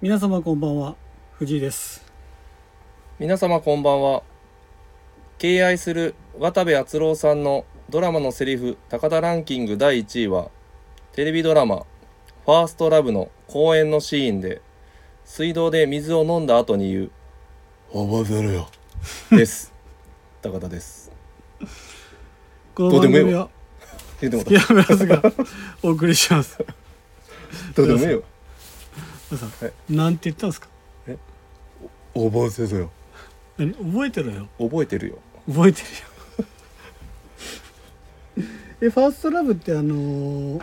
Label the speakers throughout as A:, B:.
A: 皆様こんばんは藤井です
B: 皆様こんばんは敬愛する渡部篤郎さんのドラマのセリフ高田ランキング第1位はテレビドラマ「ファーストラブの公演のシーンで水道で水を飲んだ後に言う「覚えてるよ」 です高田です
A: この番
B: どうでも
A: 組
B: いい
A: は
B: 言うても
A: いや村津がお送りします
B: どうでもいいよ
A: 皆さん
B: はい
A: なんて言ったんですか
B: 覚えてるよ
A: 何覚えてるよ
B: 覚えてるよ
A: 覚えてるよ えファーストラブってあのー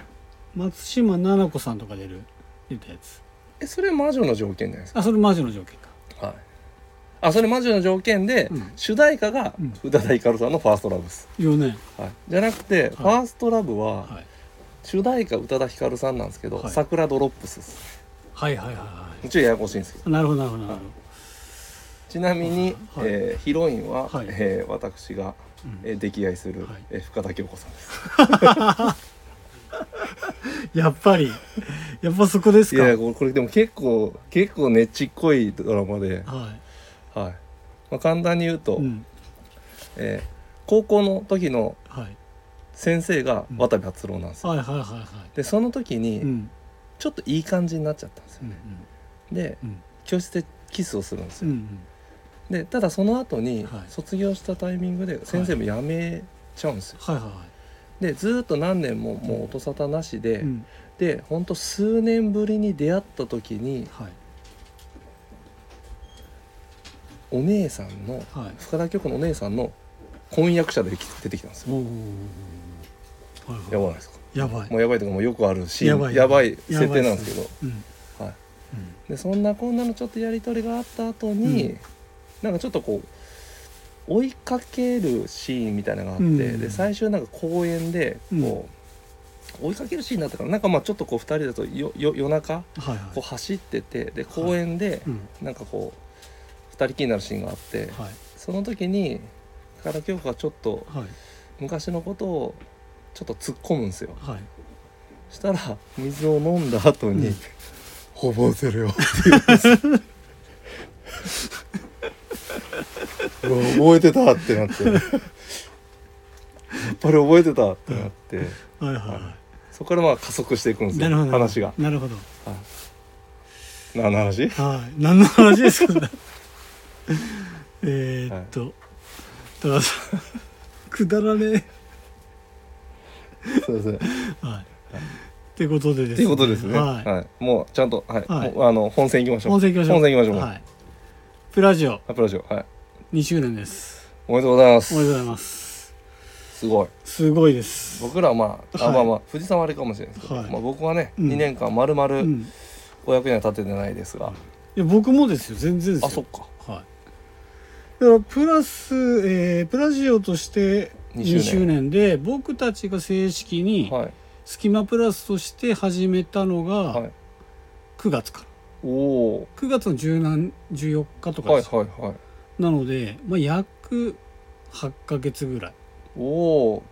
A: 松島菜々子さんとか出る出たやつ
B: えそれ魔女の条件じゃないです
A: あそれ魔女の条件か
B: かはいあそれ魔女の条件で、
A: うん
B: 主題歌が
A: うん
B: 宇多田ヒカルさんの「ファーストラブです、
A: よね
B: はい、じゃなくて、ファーストラブは、
A: はい
B: 主題歌宇多田ヒカルさんなんですけど、
A: はい
B: 桜ドロップスです
A: はいはいはいは
B: ちょっとややこしいんですけど
A: いなるほどなるほどなる
B: ちなみに、
A: はい
B: えーヒロインは、
A: はい
B: えー私が、
A: ほど、うん
B: えー溺愛する、
A: はい
B: えー深田恭子さんです
A: やっぱりやっぱそこです
B: い
A: か
B: やいやこれこれでも結構結構ねちっこいドラマで、はい
A: は
B: まあ、簡単に言うと、
A: い、うん、
B: えー高校の時の
A: はい
B: 先生が
A: うん
B: 渡部篤郎なんですよ、
A: はいはいはいはい
B: でその時に、
A: うん
B: ちょっといい感じになっちゃったんですよね、で
A: うん
B: 教室でキスをするんです
A: う
B: よ、
A: ん
B: でただその後に、
A: はい
B: 卒業したタイミングで先生も辞めちゃうんですよ、
A: はいはいは
B: でずーっと何年ももう音沙汰なしで、
A: いうん
B: でほんと数年ぶりに出会った時に
A: はい
B: お姉さんの
A: はい
B: 深田恭子のお姉さんの婚約者で出てきたんですよ。
A: おおはい
B: や
A: は
B: ばないですか
A: いやばい
B: もうやばいとかもうよくあるし
A: や
B: や
A: ば
B: ば
A: い
B: い
A: や
B: 設
A: ばい
B: 定なんですけど
A: うん
B: はい、
A: うん
B: でそんなこんなのちょっとやり取りがあった後に、
A: うん
B: なんかちょっとこう追いかけるシーンみたいなのがあって、
A: うん
B: で最終なんか公園でこう、追いかけるシーンだったからなんかまあちょっとこう2人だとよよ夜中
A: はい
B: こう
A: は
B: 走っててで公園で
A: いうん
B: なんかこう二人きりになるシーンがあって
A: はい
B: その時に高田京子がちょっと
A: はい
B: 昔のことをちょっと突っ込むんですよ
A: はい
B: したら水を飲んだ後
A: う
B: に
A: ん
B: 「ほぼせるよ」って言うんですよう わ覚えてたってなってやっぱり覚えてたってなって
A: はいは
B: そこからまあ加速していくんで
A: い
B: す
A: なるほ
B: よ
A: ど
B: 話が。
A: なるほど
B: はい何の話
A: はい何の話ですか えーっとたださん くだらね
B: そうですね
A: えはいってことでです
B: っていうことですね。
A: はい
B: はい。もうちゃんとはい。
A: はい
B: もうあの本線行きましょう。
A: 本戦行きましょう
B: 本線行きましょう。
A: はいプラジオ
B: アプローチをはい。
A: 2周年です
B: おめでとうございま
A: おめでとうご
B: す。
A: ざいます
B: すごい。
A: すごいです
B: 僕らはまあ、
A: は
B: あ
A: い
B: まあまあ富士山はあれかもしれないですけど、
A: はい
B: まあ僕はね、
A: うん
B: 2年間まるま
A: う
B: る
A: ん、い
B: お役には立ててないですが、
A: や僕もですよ全然ですよ
B: あそっか。
A: はいだからプラス、えープラジオとして
B: 2周年
A: 2周年で僕たちが正式に
B: はい
A: 「スキマプラス」として始めたの
B: は
A: が
B: い。
A: 9月から
B: おお
A: 9月の10何14日と
B: ー。
A: か
B: はい
A: ですよ、
B: はいはい。
A: なので、まあ、約8ヶ月ぐらい
B: おお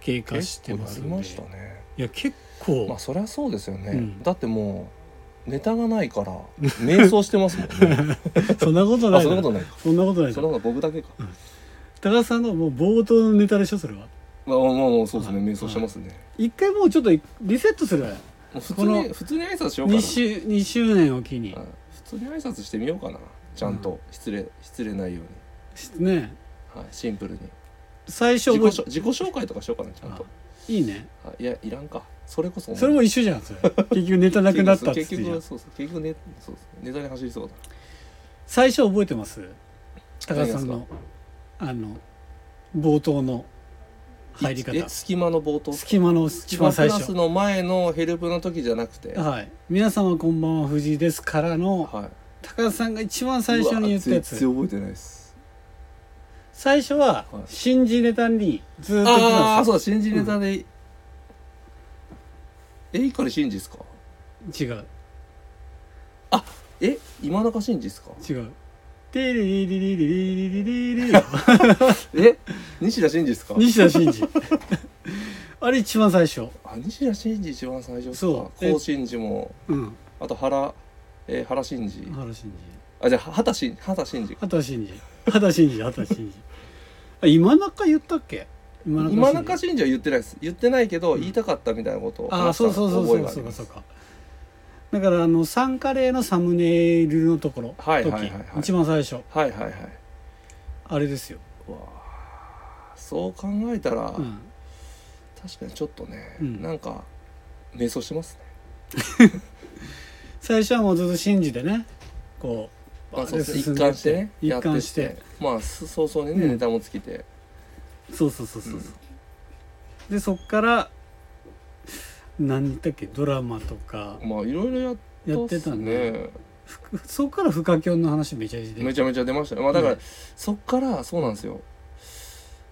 A: 経
B: ー。
A: 過してますんで
B: 結構なりましたね。
A: いや結構、
B: まあそりゃそうですよね。
A: うん
B: だってもうネタがない から迷走してますもんね。
A: そんなことな
B: あ
A: い
B: そ
A: だ
B: んなこ
A: ろ
B: とない。
A: そんなことない
B: そ
A: だ
B: んな
A: ろ
B: こと僕だけか。
A: 高田さんのもう冒頭のネタでしょそれは
B: まあまあまあそうですね。
A: はい
B: 迷走してますね。
A: 一回もうちょっとリセットする
B: もう普
A: こ
B: 通
A: の
B: に普通に挨拶しようか
A: 2
B: な。
A: 周 ,2 周年を機に
B: うん普通に挨拶してみようかなちゃんと、失礼失礼ないように、
A: ね
B: はい、シンプルに
A: 最初
B: 自己
A: も
B: 紹自己紹介とかしようかなちゃんと
A: いいね
B: はいいやいらんかそれこそ
A: それも一緒じゃんそれ結局ネタなくなったっつっ
B: 結
A: て
B: 局
A: じゃん
B: そうそう結局ねそうですネタに走りそうだ
A: 最初覚えてます高田
B: 何が
A: さ
B: です
A: ん
B: か
A: のあの冒頭の入り
B: え
A: 方
B: 隙間の冒頭
A: 隙間の一番最
B: プラス
A: 初
B: の前のヘルプの時じゃなくては
A: はい「皆様こんばんは藤井です」から
B: い
A: の高田さんが一番最初に言ったや
B: うわ
A: つ
B: 全然覚えてないです
A: 最初は
B: はい
A: 新字ネタにずーっと来
B: あ
A: た
B: あ
A: ん
B: そうだ新人ネタで、え碇真司ですか
A: ですよ違う
B: え今中真司ですか
A: 違う「テリリリリリリリリリリ」
B: え西田真司ですか
A: 西田真二あれ一番最初
B: あ西田真二一番最初っす
A: そ
B: か
A: うえ
B: 高真二も
A: うん
B: あと原えー原信二
A: 原信
B: あじゃあ畑信畑信二
A: 二畑信二畑信二畑信二あ今中言ったっけ今
B: 今中
A: 信
B: 信二は言ってないです言ってないけど言いたかったみたいなことを
A: 二あ
B: 話した
A: そうそうそうそ
B: 覚え
A: う
B: があ
A: そ
B: り
A: う
B: ま
A: かそ
B: す
A: うかだからあのサンカレーのサムネイルのところ、
B: はいはいはいはい
A: 時一番最初
B: はいはいはい
A: あれですよ、
B: うわあそう考えたら、
A: うん、
B: 確かにちょっとね、
A: うん
B: なんか迷走してますね
A: 最初はもうずっと信じてねこう
B: まあそうですね
A: 進ん
B: 一
A: でいっ
B: 貫
A: て
B: してね
A: 一
B: やってっ
A: 貫して
B: まあす早々にね、
A: うん
B: ネタもつきて
A: そうそうそうそうそう、でそっから何言ったっけドラマとか
B: まあいろいろやっ
A: や
B: た
A: っ
B: って
A: た
B: す
A: ん
B: ね
A: で、ふそっからフカキョンの話めちゃ出て
B: めちゃめちゃ出ましたねまあだから、
A: うん
B: そっからそうなんですよ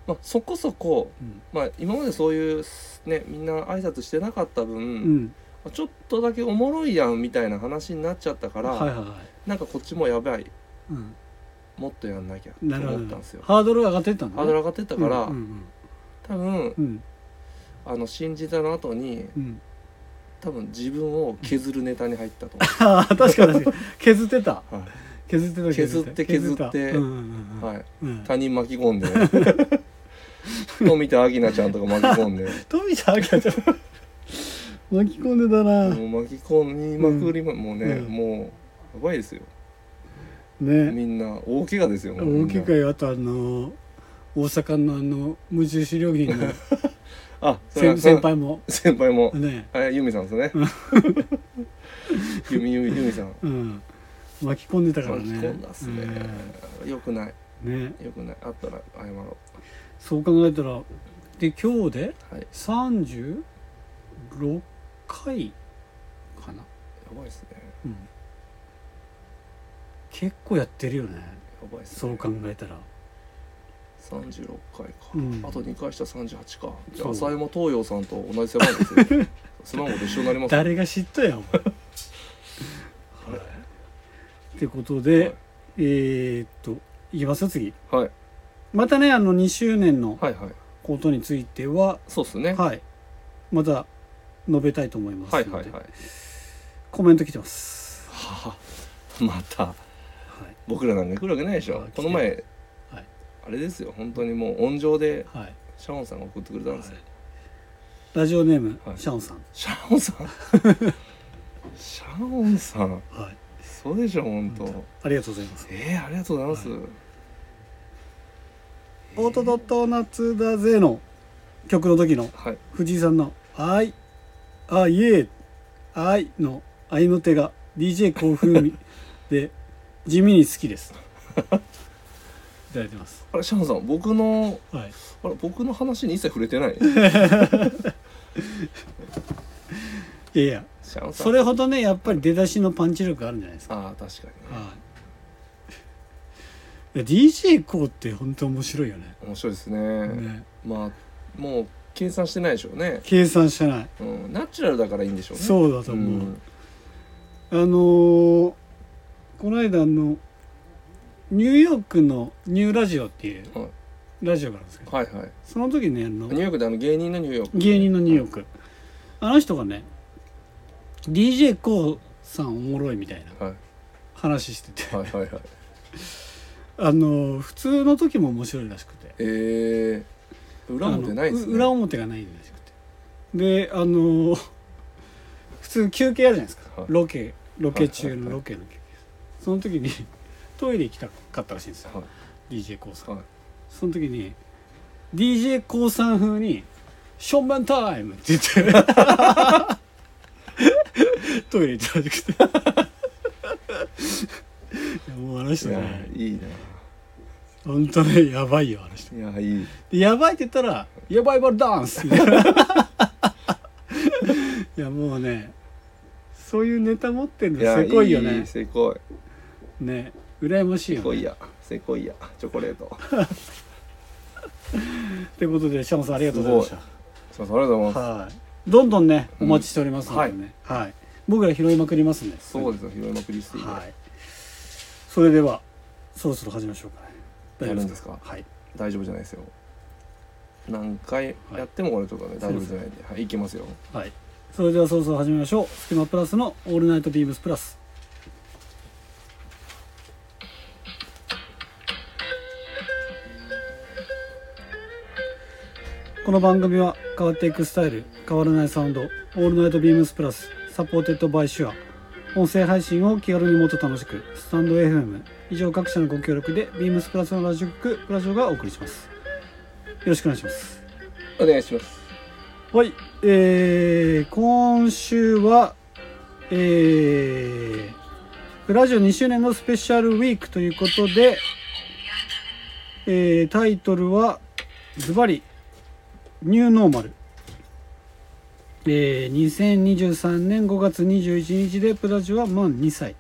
B: まあそこそこ
A: うん
B: まあ今までそういうねみんな挨拶してなかった分、
A: うん
B: まあちょっとだけおもろいやんみたいな話になっちゃったから、
A: はいはいはい、
B: なんかこっちもやばい
A: うん、
B: もっとやんなきゃと
A: なるほ
B: 思
A: ど
B: ったんですよ
A: ハードルが上がってったんだ、
B: ハードル上がってったから、
A: うんうん
B: 多分
A: うんうん
B: あの新時代の後に
A: うん、
B: 多分自分を削るネタに入ったと思
A: あー確かに確かに削ってた
B: う、は
A: 削ってた
B: 削って削っ
A: 削た
B: て
A: うんうんうん
B: いはい、
A: うん
B: 他人巻き込んで富田明菜ちゃんとか巻き込んで
A: 富田明ちゃん巻き込んでたな、
B: もう巻き込みまくりま、もうね、
A: うん
B: もうやばいですよ
A: ね
B: みんな大怪我ですよもうみ
A: 大
B: んな
A: きくよあとあの大阪のあの無印良 品の
B: あそれは
A: 先先輩も
B: 先輩も
A: ね
B: あ由美さんですね 由美由美由美さん
A: うん巻き込んでたからね
B: 巻き込んだっすね、よくない
A: うんね
B: よくないあったら謝ろ
A: そう考えたらで今日で
B: うはいや
A: 36回かな、
B: ばいっすね
A: うん、結構やってるよね
B: やばいっすね
A: そう考えたら
B: 36回か、
A: うん
B: あと2回したら38かじゃ
A: そ
B: あ
A: う
B: 浅山東洋さんと同じ背番号で すよ背番号と一緒になりますよ
A: 誰が知ったや んお前ってことで、えー、っといきますよ次
B: はいはい
A: またねあの2周年の
B: はいはい
A: ことについては、
B: そうっすねは
A: はい、また述べたいと思いますの
B: い
A: で、
B: はいはい
A: コメント来てます。
B: はあ また
A: はい
B: 僕らなんか来るわけないでしょ
A: あ
B: この前、
A: はい
B: あれですよ本当にもう温情で
A: はい、
B: シャオンさんが送ってくれたんですよ、
A: ラジオネーム、
B: はい
A: シャオンさん、
B: シャオンさんシャオンさん
A: はい、
B: そうでしょ本当、
A: ありがとうございます。
B: えー、ありがとうございます、
A: オートドット夏だぜの曲の時の
B: はい
A: 藤井さんの「あい」「あいえ」「あい」の「あいの手」が DJ 興風味で地味に好き です。いただいてます。
B: あれシャオンさん僕の
A: はい、
B: あれ僕の話に一切触れてない
A: いやいや
B: シャオンさん
A: それほどねやっぱり出だしのパンチ力あるんじゃないですか。
B: ああ確かにね
A: はい、いや DJ コーって本当面白いよね
B: 面白いですね
A: ね
B: まあもう計算してないでしょうね、
A: 計算してない
B: うん、ナチュラルだからいいんでしょうね
A: そうだと思う、
B: ん
A: あのーこの間あのニューヨークのニューラジオっていう
B: はい
A: ラジオがあるんですけど
B: はいはい
A: その時ねあの
B: ニューヨークであの芸人のニューヨーク
A: 芸人のニューヨークあの人がね DJ コーさんおもろいみたいな
B: はい
A: 話してて
B: はいはいはい
A: あのー普通の時も面白いらしくて
B: えー、裏表ないです
A: あの
B: ね
A: う裏表がないらしくてであの普通休憩あるじゃないですか
B: はい
A: ロケロケ中
B: はいは
A: の
B: いはい
A: ロケの休憩、その時にトイレ行きたかったらしいんですよ
B: はい
A: DJ コウさん
B: はい
A: その時に DJ コウさん風に「ションバンタイム!」って言ってトイレ行ったらしくていやもうあの人
B: いや
A: ね
B: いい
A: 本当ねやばいよあの人
B: ないやいい
A: でやばいって言ったら「やばいバルダンス」みたいないやもうねそういうネタ持ってるの
B: いや
A: せこいよね
B: せこい
A: ね羨ましい
B: せ
A: よ
B: こ
A: ね
B: いやせこいやチョコレート
A: ということでシャモさんありがとうございます
B: いませんありがとうござい
A: した
B: ま
A: はいどんどんねお待ちしておりますのでね、はい、僕ら拾いまくりますんで、
B: すそうですよ広山クリスティー
A: は
B: で
A: いそれではそろそろ始めましょうかね
B: やるんですか
A: はい
B: 大丈夫じゃないですよ何回やってもこれちょっとね、大丈夫じゃないんではいいきますよ
A: はいそれではそろそろ始めましょう「スキマプラス」の「オールナイトビームスプラス」この番組は変わっていくスタイル変わらないサウンド「オールナイトビームスプラス」サポーテッドバイシュア音声配信を気軽にもっと楽しくスタンド FM 以上各社のご協力でビームスプラスのラジオ局ラジオがお送りしますよろしくお願いします
B: お願いします
A: はいえー、今週はえーラジオ2周年のスペシャルウィークということで、えータイトルはズバリニューノーマル、えー2023年5月21日でプラジオは満2歳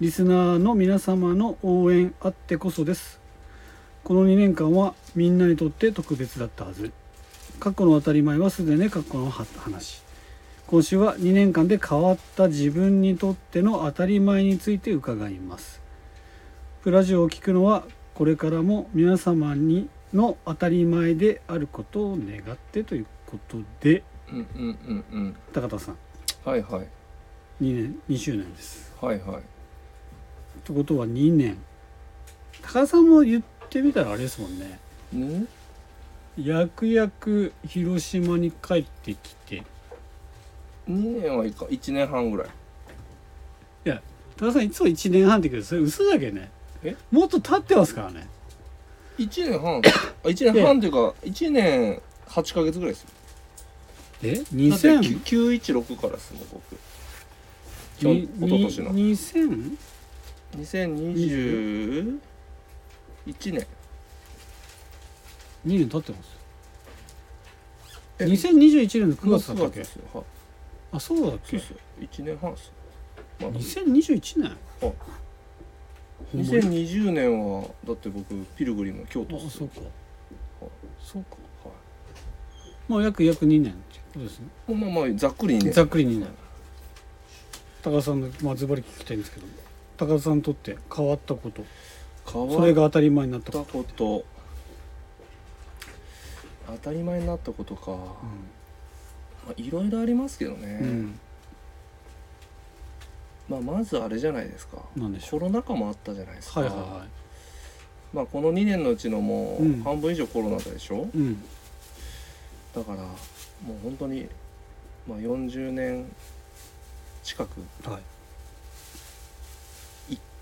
A: リスナーの皆様の応援あってこそですこの2年間はみんなにとって特別だったはず過去の当たり前はすでに過去の話今週は2年間で変わった自分にとっての当たり前について伺いますプラジオを聞くのはこれからも皆様にの当たり前であることを願ってということで
B: うんうんうん
A: 高田さん
B: うんはいはい
A: 2年2周年です
B: はいはい
A: ってことは2年高田さんも言ってみたらあれですもんね
B: ね
A: やくやく広島に帰ってきてい
B: 2年はいか1年半ぐらい
A: や高田さんいつも1年半って言うけどそれ嘘だけどね
B: え
A: もっと経ってますからね
B: 1年半あ1年半というか1年8ヶ月ぐらいですよ
A: え
B: だって
A: 2000
B: きゅ916からですもん僕去
A: に
B: おととしの
A: に2000
B: 2021年
A: 二年経ってます
B: え
A: 2021年の9月だった
B: もう
A: っ
B: 九
A: け
B: ですよはい
A: あそうだっ
B: そう
A: け
B: ですよ1年半ですよまあ
A: 2021年
B: あ
A: ほんまに
B: 2020年はだって僕ピルグリム京都っ
A: あ
B: す
A: そう
B: よ
A: かそうか
B: は
A: まあ約約2年っていうことですね
B: いまあまあざっくりね
A: ざっくり2年高田さんのまあズバリ聞きたいんですけど高田さんにとって変わったこと
B: 変
A: そ
B: わ
A: れ
B: っ
A: が当たり前になった
B: た
A: こ
B: こと当たり前になったことか、ま
A: と
B: あいろいろありますけどね、
A: うん、
B: まあ、まずあれじゃないですか
A: うん、なんでしょ
B: コロナ禍もあったじゃないです
A: う
B: か、
A: はいはいは
B: まあ、この2年のうちのも
A: うん
B: う半分以上コロナでしょ、
A: いうん
B: だからもう本当にまあ、40年近く
A: はい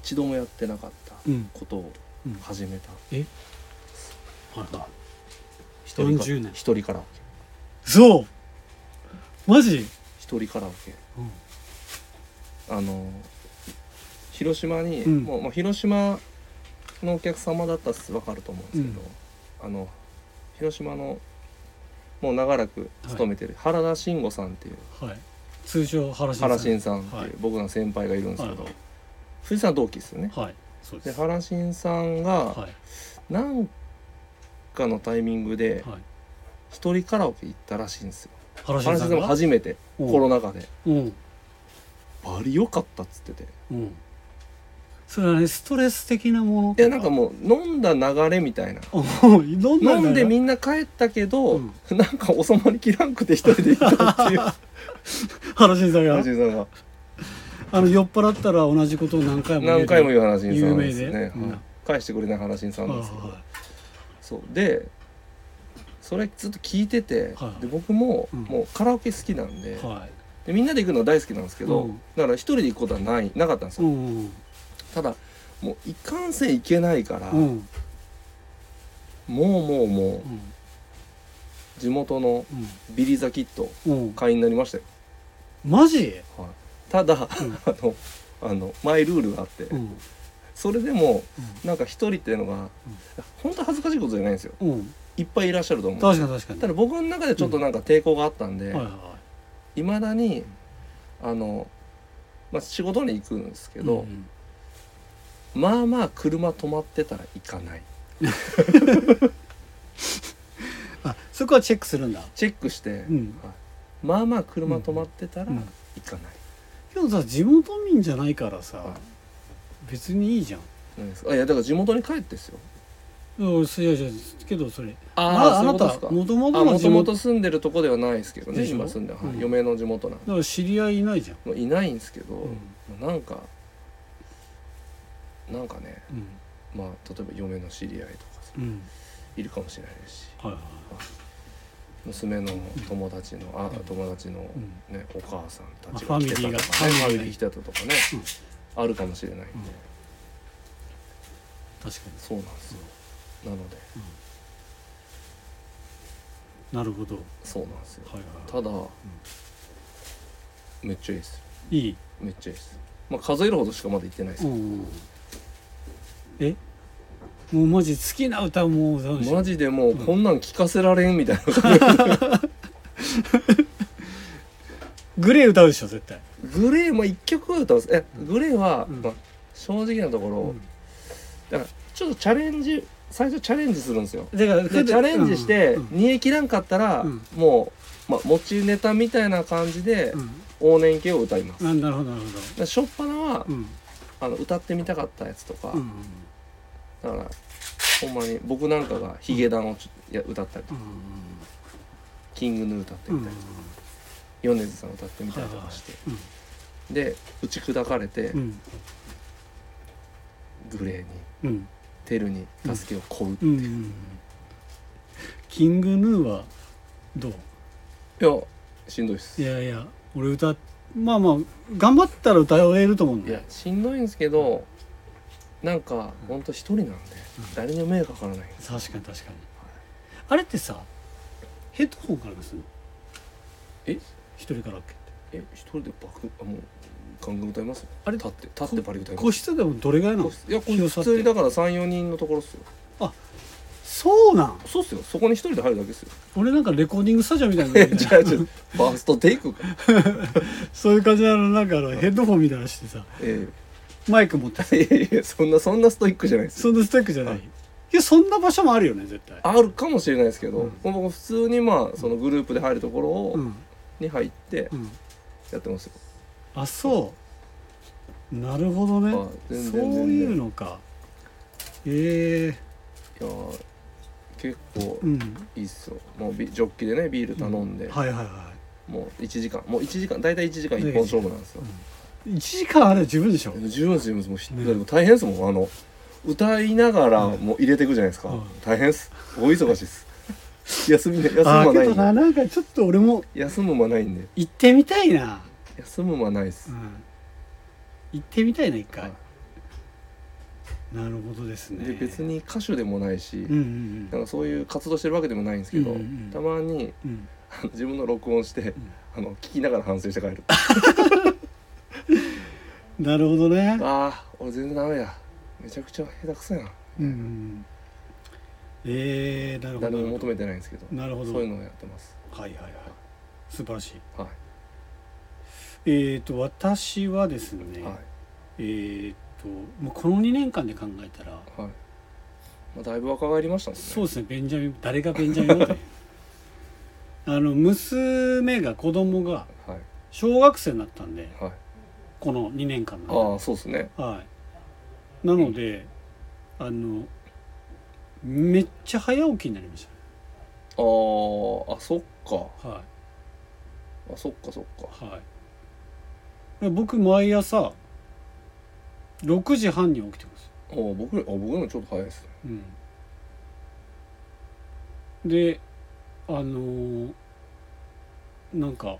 B: 一度もやってなかった
A: うん
B: ことを
A: うん
B: 始めた、
A: はいはい
B: 一人から
A: 40年
B: 一人カラオケ
A: そうマジ
B: 一人カラオケ
A: うん
B: あの広島に、
A: うん
B: もうまあ、広島のお客様だったら分かると思うんですけど、あの広島のもう長らく勤めてる原田慎吾さんっていう
A: はい通称原新さん
B: 原慎さんって
A: はいいう
B: 僕の先輩がいるんですけど、
A: はい
B: 藤井さん同期ですよね。
A: はいそうで
B: です原慎さん
A: は
B: が
A: い
B: 何かのタイミングで
A: はい
B: 一人カラオケ行ったらしいんですよ。
A: 原
B: 原
A: 新
B: 慎
A: さ
B: さ
A: ん
B: んも初めて
A: うん
B: コロナ禍で
A: うん
B: バリ良かったっつってて。
A: うんそれはねストレス的なもの
B: いやなんかもう飲んだ流れみたいな
A: おい飲んだ
B: 飲んで
A: ん
B: みんな帰ったけど、
A: うん
B: なんか収まりきらんくて一人で行った っていう
A: 原新さんが
B: 話さん が
A: あの酔っ払ったら同じことを何回も言える
B: 何回も言う話にさんです
A: 有
B: よ
A: 名で
B: ね、
A: うん
B: はい返してくれない話にさんなんですけど、
A: はいはい
B: そうでそれずっと聞いてて、
A: はい
B: で僕も、
A: うん
B: もうカラオケ好きなんで,、
A: はい
B: でみんなで行くのは大好きなんですけど、
A: うん
B: だから一人で行くことはないなかったんです
A: う
B: よ、
A: ん
B: ただもういかんせん行けないから、
A: うんうん
B: もうもうも
A: うん
B: う地元のビリザキット
A: うんうん
B: 会員になりましたよ、
A: マジ
B: はいただ、
A: ん
B: あのあのマイルールがあって、
A: うん
B: それでもなんか一人っていうのが、本当恥ずかしいことじゃないんですよ
A: うんうん
B: いっぱいいらっしゃると思う
A: 確かに確か
B: た
A: に
B: だ僕の中でちょっとなんか抵抗があったん
A: は
B: で
A: いはい
B: ま、未だにあの、まあ、仕事に行くんですけ
A: い
B: ど、
A: うん
B: まあまあ車止まってたら行かない
A: あそこはチェックするんだ
B: チェックして、
A: うん
B: まあまあ車止まってたら行かない、
A: けどさ地元民じゃないからさ
B: は
A: 別にいいじゃん
B: なんですあいやだから地元に帰ってですよ
A: うん、いやいやけどそれ
B: あ
A: あ
B: そうい
A: な
B: う
A: た
B: ことですか
A: もとも
B: あ
A: との
B: も
A: 地
B: ともと
A: 元
B: 住んでるとこではないですけどね
A: でしょ
B: 今住んでる、はい
A: うん
B: 嫁の地元なんで
A: だから知り合いいないじゃん、
B: もういないんですけど、
A: うん
B: なんかなんかね
A: うん
B: まあ例えば嫁の知り合いとかさ
A: うん、
B: いるかもしれないですし
A: はいはい
B: 娘の友達のあ友達の、
A: うん
B: ね、お母さんたち
A: ま
B: が
A: あ
B: 来てたと
A: ファミリ
B: かね
A: ーが
B: ファミリー来てたとかね、あるかもしれないんで、
A: 確か
B: そうなんですよなので
A: になるほどは
B: そうなんですよ
A: いはい
B: ただ、めっちゃいいですよ
A: いい
B: めっちゃいいですまあ数えるほどしかまだ行ってないです
A: う
B: よ、
A: んえもうマジ好きな歌もう歌うでしょ
B: マジでもうこんなん聞かせられんみたいな、
A: グレー歌うでしょ絶対
B: グレーも1曲は歌うんですえグレーは、
A: うん
B: まあ、正直なところ、
A: うん
B: だからちょっとチャレンジ最初チャレンジするんですよ
A: だから
B: でチャレンジして
A: うん
B: 煮え切らんかったら、
A: うん
B: もう、まあ、持ちネタみたいな感じで
A: うん
B: 往年系を歌います、
A: うんあなるほどなるほ
B: で初っ端は、
A: どうん
B: あの歌ってみたかったやつとか、
A: うん
B: だからほんまに僕なんかがヒゲダンをちょいや歌ったりと
A: う
B: か、
A: ん
B: キングヌー歌って
A: うんうん
B: みたりとか、米津さん歌ってみたりとかして、
A: うん
B: で打ち砕かれて、
A: うん
B: グレーに
A: うん
B: テルに助けを請う、い
A: うんキングヌーはどう
B: やしんどいっす
A: い
B: い
A: やいや俺歌っまあまあ頑張ったら歌えると思うんだ
B: や
A: よ
B: しんどいんですけどなんかほんと一人なんで、誰にも迷惑かからないんです
A: 確かに確かにあれってさヘッドホンからでするの
B: え
A: 一人カラオケって
B: え一人でバクあもうガンガン歌いますよ
A: あれ
B: 立って立ってバリ歌います
A: 個室でもどれぐらいなの
B: 個室いやこれ
A: 広さ
B: 普
A: って
B: 通にだから34人のところっすよ
A: そうなん
B: そうっすよそこに一人で入るだけっすよ
A: 俺なんかレコーディングスタジオみたいなの
B: じゃあじゃあファーストテイクか
A: そういう感じなのなんかあのヘッドホンみたいなのしてさ
B: え
A: マイク持って
B: えいやいやそんなそんなストイックじゃないです
A: そ
B: よ
A: んなストイックじゃない、
B: はい
A: い、やそんな場所もあるよね絶対
B: あるかもしれないですけど、
A: うん
B: もう僕普通にまあそのグループで入るところを、
A: うん
B: に入って
A: うん
B: やってますよ、
A: あそうなるほどね
B: あ全然
A: そう
B: 全然
A: いうのかえ
B: いやー結構
A: えうん
B: いいっすよもうビジョッキでねビール頼んで、
A: はいはいは
B: もう1時間もう1時間大体1時間一本勝負なんですよ、
A: い1時間あれ十分でしょ、
B: でも十分です十分ですもうひ
A: ね
B: でも大変ですもんあの歌いながらもう入れていくじゃないですか、
A: うん
B: 大変です大忙しいです 休みね休む
A: あ
B: 間
A: あ
B: な
A: けど
B: いん
A: な
B: で
A: なんかちょっと俺も
B: 休む間ないんで
A: 行ってみたいな、
B: 休む間ないで
A: う
B: す、
A: ん、行ってみたいな一回、
B: はい
A: なるほどですね
B: で別に歌手でもないし、
A: うんうん
B: なんかそういう活動してるわけでもないんですけど、
A: うんうんうん
B: たまに
A: うんうん
B: あの自分の録音して、あの聞きながら反省して帰るあ
A: なるほどね
B: あ俺全然ダメやめちゃくちゃ下手くそやん
A: うんうんうんえー、なるほど
B: 誰も求めてないんですけど
A: なるほど
B: そういうのをやってます
A: はいはいはい素晴らしい
B: はい、
A: えー、と私はですね、
B: はい
A: えー、ともうこの2年間で考えたら
B: はい、まあ、だいぶ若返りましたもんね
A: そうですねベンジャミン誰がベンジャミンだという あの娘が子供が
B: はい
A: 小学生になったんで
B: はい
A: この2年間の
B: ああそうですね
A: 間はいなのであのめっちゃ早起きになりまし
B: あーあそっか
A: たは
B: あそっかそっか
A: いはい僕毎朝6時半に起きてます
B: あー僕よりあ僕よりもちょっと早いですね
A: うん、であのーなんか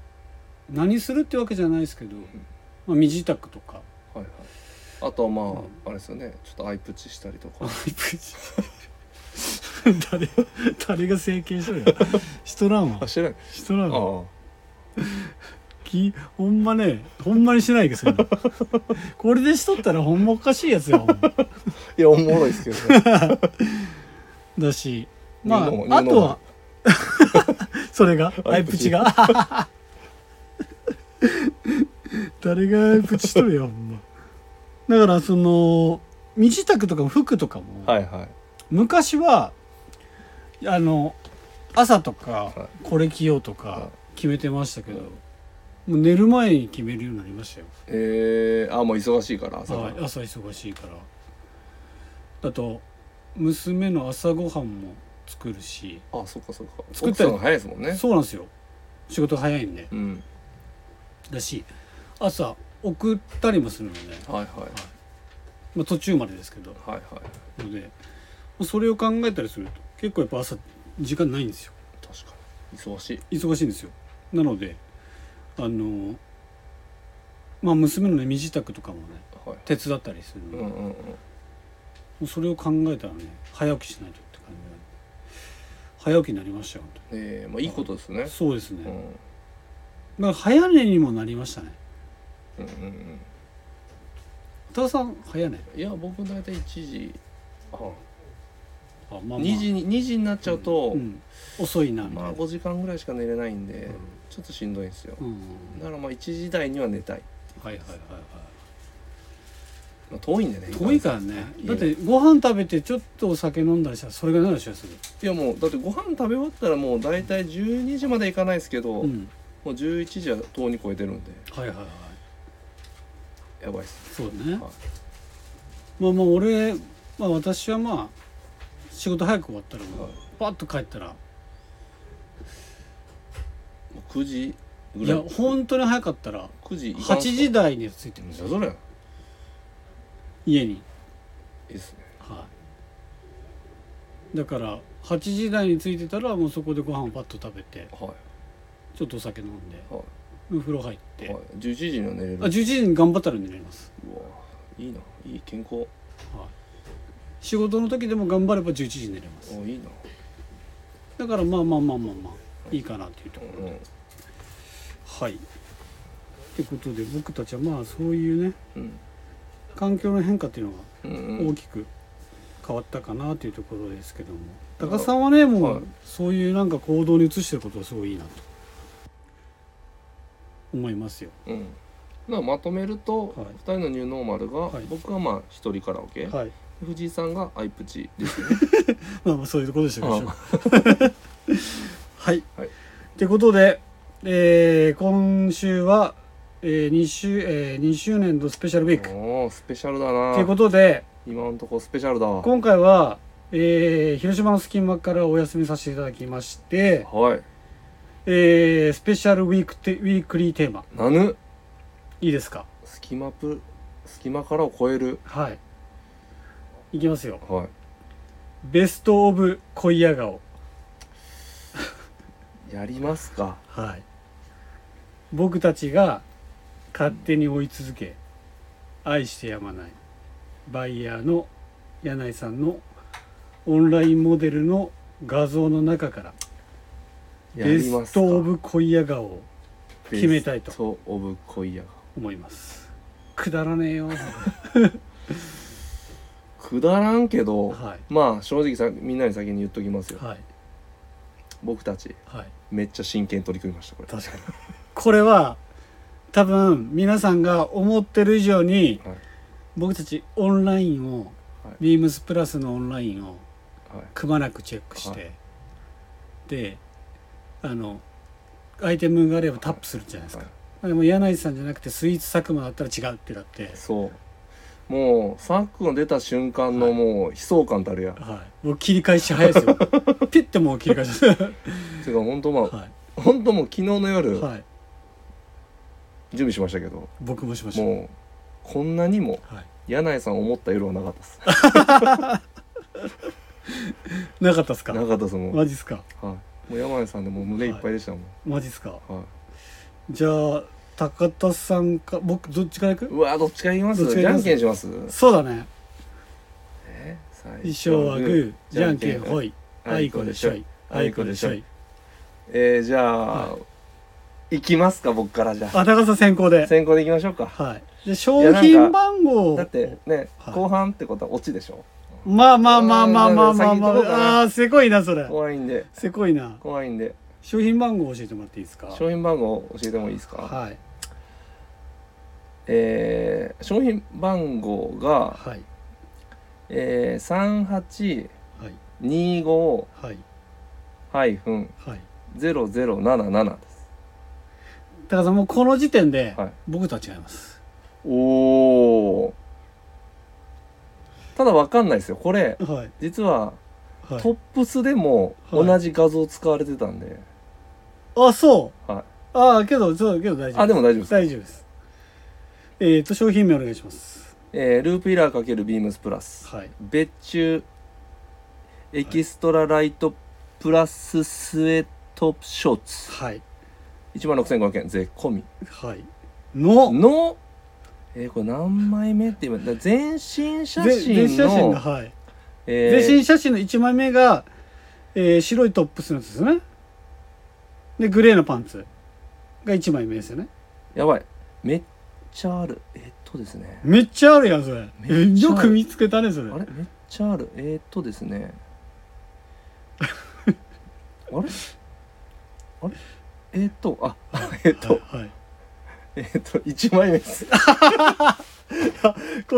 A: 何するってわけじゃないですけど、まあ、身支度とか
B: はいはいあとはまあ、
A: うん
B: あれですよねちょっとアイプチしたりとか
A: 誰誰が整形しろよしとらんわ
B: あしてない
A: しとら
B: あ
A: んわ
B: ー
A: きほんまねほんまにしないけどそんなこれでしとったらほんまおかしいやつよ
B: いやおもろいですけど、ね、
A: だしま
B: ニ
A: あ
B: ューノーマ
A: あ
B: ル
A: とは それがア
B: ア
A: イ
B: イ
A: プ
B: プ
A: チ
B: チ
A: が誰がア イプチしとるよほんまだからその身支度とかも服とかも、
B: はいはい
A: 昔はあの朝とか
B: は
A: これ着ようと
B: は
A: か
B: い
A: 決めてましたけど、もう寝る前に決めるようになりましたよ
B: えー、あもう忙しいから朝から
A: はい、朝忙しいからあと娘の朝ごはんも作るし
B: あそっかそっか
A: 作
B: 作
A: っ
B: ったた
A: り
B: のが早いですもんね
A: そうなんですよ仕事早いんで
B: うん
A: だし朝送ったりもするので、
B: はいはい
A: まあ、途中までですけど
B: はいはい
A: のでもうそれを考えたりすると結構やっぱ朝時間ないんですよ
B: 確か忙しい
A: 忙しいんですよなのであのまあ娘のね身支度とかもね
B: はい
A: 手伝ったりするので
B: うんうんうん
A: もうそれを考えたらね早起きしないとって感じなんで早起きになりましたよ本
B: えー、まあいいことですね
A: 当にそうです
B: う
A: ね、
B: んうん
A: まあ早寝にもなりましたね
B: うんうん
A: 多田さん早寝
B: いや僕大体1時半
A: あまあ、まあ、
B: 2時に2時になっちゃうと、
A: うん、遅いなみたい
B: ま
A: な、
B: あ5時間ぐらいしか寝れないんで、ちょっとしんどいんですよ
A: うん、
B: だからまあ1時台には寝たい、
A: はいはいはいは
B: まあ、遠いんでね
A: い遠いからね
B: いい
A: だ
B: よ
A: ってご飯食べてちょっとお酒飲んだりしたらそれがなるでしょする
B: いやもうだってご飯食べ終わったらもう大体12時まで行かないですけど、
A: う
B: も
A: ん
B: う11時は遠に超えてるんで
A: はいはいはい
B: やばいっす
A: そうね、
B: はい
A: まあまあ俺まあ私はまあ仕事早く終わったらもう
B: はい
A: パッと帰ったら
B: もう9時ぐ
A: い
B: ら
A: や
B: い
A: 本当に早かったら
B: 9時行か
A: 8
B: んすか
A: 時台に着いてるんです
B: じゃ
A: よ
B: あそれい
A: 家に
B: いっすね
A: はいだから8時台に着いてたらもうそこでご飯をパッと食べて
B: は
A: ちょっとお酒飲んで
B: いは
A: お風呂入っ
B: い、
A: て、
B: はい、11時には寝れる
A: あ11時に頑張ったら寝れます、
B: うわいいないい健康
A: はい、仕事の時でも頑張れば11時に寝れます
B: おいいな
A: だからまあまあまあまあまあいいかなっていうところで、はいってことで僕たちはまあそういうね
B: うん
A: 環境の変化っていうの
B: うんうんう
A: が大
B: ん
A: きく変わったかなというところですけども高須さんはねも
B: はいう
A: そういうなんか行動に移してることがすごいいいなと思いますよ
B: うんまあまとめる
A: は
B: と、
A: い
B: 二人のニューノーマルが、
A: はい
B: 僕はまあ一人カラオケ、
A: はい
B: 藤井さんがアイプチですね
A: まあまあそういうことでしたけど
B: あ
A: はい。
B: はい
A: ってことで、えー今週は、え2週、えー、2周年度スペシャルウィーク。
B: おースペシャルだ
A: という
B: な
A: ことで、
B: 今んとこスペシャルだわ
A: 今回は、えー広島の隙間からお休みさせていただきまして、
B: はい
A: えースペシャルウィークテ、ウィークリーテーマ、
B: なぬ
A: いいですか
B: 隙間プ隙間からを超える
A: はい。いきますよ。
B: は
A: ベストオブ恋や顔。
B: いやりますか
A: はい。僕たちが勝手に追い続け、愛してやまない。バイヤーの柳井さんのオンラインモデルの画像の中から、
B: や
A: ベ
B: りま
A: ス
B: すか
A: トオブ恋や顔を決めたいと
B: ベストオブ恋や
A: 思います。くだらねえ よ。
B: くだらんけど、
A: はい
B: まあ正直さみんなに先に言っときますよ
A: はい。
B: 僕たち
A: はい。
B: めっちゃ真剣に取り組みましたこれ
A: 確かに。これは、多分皆さんが思ってる以上に
B: はい
A: 僕たちオンラインを、
B: はい
A: ビームスプラスのオンラインを
B: はい
A: くまなくチェックして、
B: は
A: であのアイテムがあればタップするじゃないですか、でも柳井さんじゃなくてスイーツ佐久間だったら違うってなって、
B: そうもうサックが出た瞬間のもう悲壮感たるや、
A: はい、もう切り返し早いです よピッてもう切り返 しですは
B: てか本当まあ、
A: い、
B: 本当もう昨日の夜、
A: はい、
B: 準備しましたけど
A: 僕もしました、
B: もうこんなにも
A: はい、
B: 柳井さん思った夜はなかったです
A: なかったっすか
B: なかったですもん、
A: マジっすか
B: はい、もう山井さんでもう胸いっぱいでしたもん、
A: マジっすか
B: はい
A: じゃあ高田さんか僕どっちから行く
B: うわどっちからいきま
A: どっ
B: す
A: ちか
B: じ
A: ら
B: ゃ
A: いきます
B: んけんします
A: そうだね
B: え最初
A: 一生はグーじゃんけんほ
B: い
A: いあいこでしょいあいこでしょい
B: えー、じゃあ、、
A: はい
B: きますか僕からじゃ
A: あ高さ先行
B: あ
A: で
B: 先行でいきましょうか
A: はい、で商品番号を
B: だってね、
A: はい
B: 後半ってことはオチでしょ
A: まあまあまあまあまあまあ
B: う
A: ま
B: ん先行こうか
A: あ
B: な
A: あーせこいなそれ
B: 怖いんで
A: せこいな
B: 怖いんで
A: 商品番号教えてもらっていいですか
B: 商品番号教えてもいいですか、
A: はい
B: えー商品番号が、
A: はい
B: えー、
A: はい
B: 3825
A: はい
B: ハイフン
A: はい
B: 0077です。
A: 高田さんもうこの時点で
B: はい
A: 僕とは違います
B: おお。ただわかんないですよ。これ
A: はい
B: 実は
A: は
B: トップスでも
A: はい
B: 同じ画像使われてたんで、
A: いあそう
B: はい。
A: ああけどそうけど大丈夫
B: あでも大丈夫です。
A: 大丈夫ですえっと商品名お願いします
B: えーループイラー×ビームスプラス。
A: はい
B: 別注エキストラライトプラススウェットップショーツ
A: はい
B: 1万6500円税込み
A: はいの
B: のえーこれ何枚目って言えばだ全身写
A: ぜ全
B: 真
A: 身写真が
B: の
A: はい、
B: えー
A: 全身写真の1枚目が、えー白いトップスのやつですねでグレーのパンツが1枚目ですよね
B: やばいめっちゃあるえーっとですね
A: めっちゃあるやんそれえ
B: めっちゃあ
A: よ
B: る
A: く見つけたねそれ
B: あれめっちゃあるえーっとで すねあれあれえーっとあ えーっと
A: はい、はい
B: えーっと1枚目です
A: こ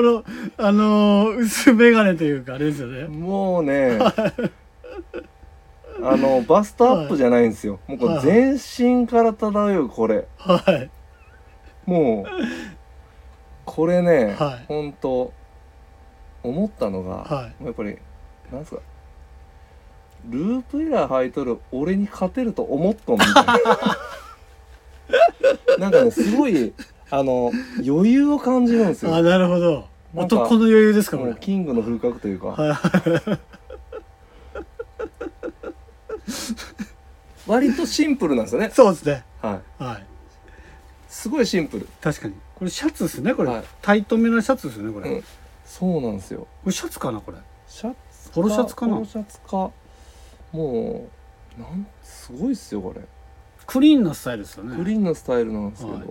A: のあのー薄眼鏡というかあれですよね
B: もうね あのバストアップじゃないんですよ、もうこ
A: は
B: れ
A: い
B: 全身から漂うこれ
A: はい
B: もうこれね、
A: はい
B: 本当思ったのが、
A: は
B: もうやっぱりなんすかループイラー履いとる俺に勝てると思っとんみたい ななんかねすごいあの余裕を感じるんですよ
A: あなるほど
B: なんか
A: 男の余裕ですかこ
B: も
A: れ
B: うキングの風格というか、
A: はい
B: 割とシンプルなんですよね
A: そうですね
B: はい
A: はい
B: すごいシンプル
A: 確かにこれシャツですねこれ、
B: はい
A: タイトめなシャツですよねこれ、
B: うん
A: こ
B: そうなんですよ
A: れシャツかなこれ
B: シャツ
A: ポロシャツかな
B: ポロシャツかもうなんすごいっすよこれ
A: クリーンなスタイルですよね
B: クリーンなスタイルなんですけど、
A: はい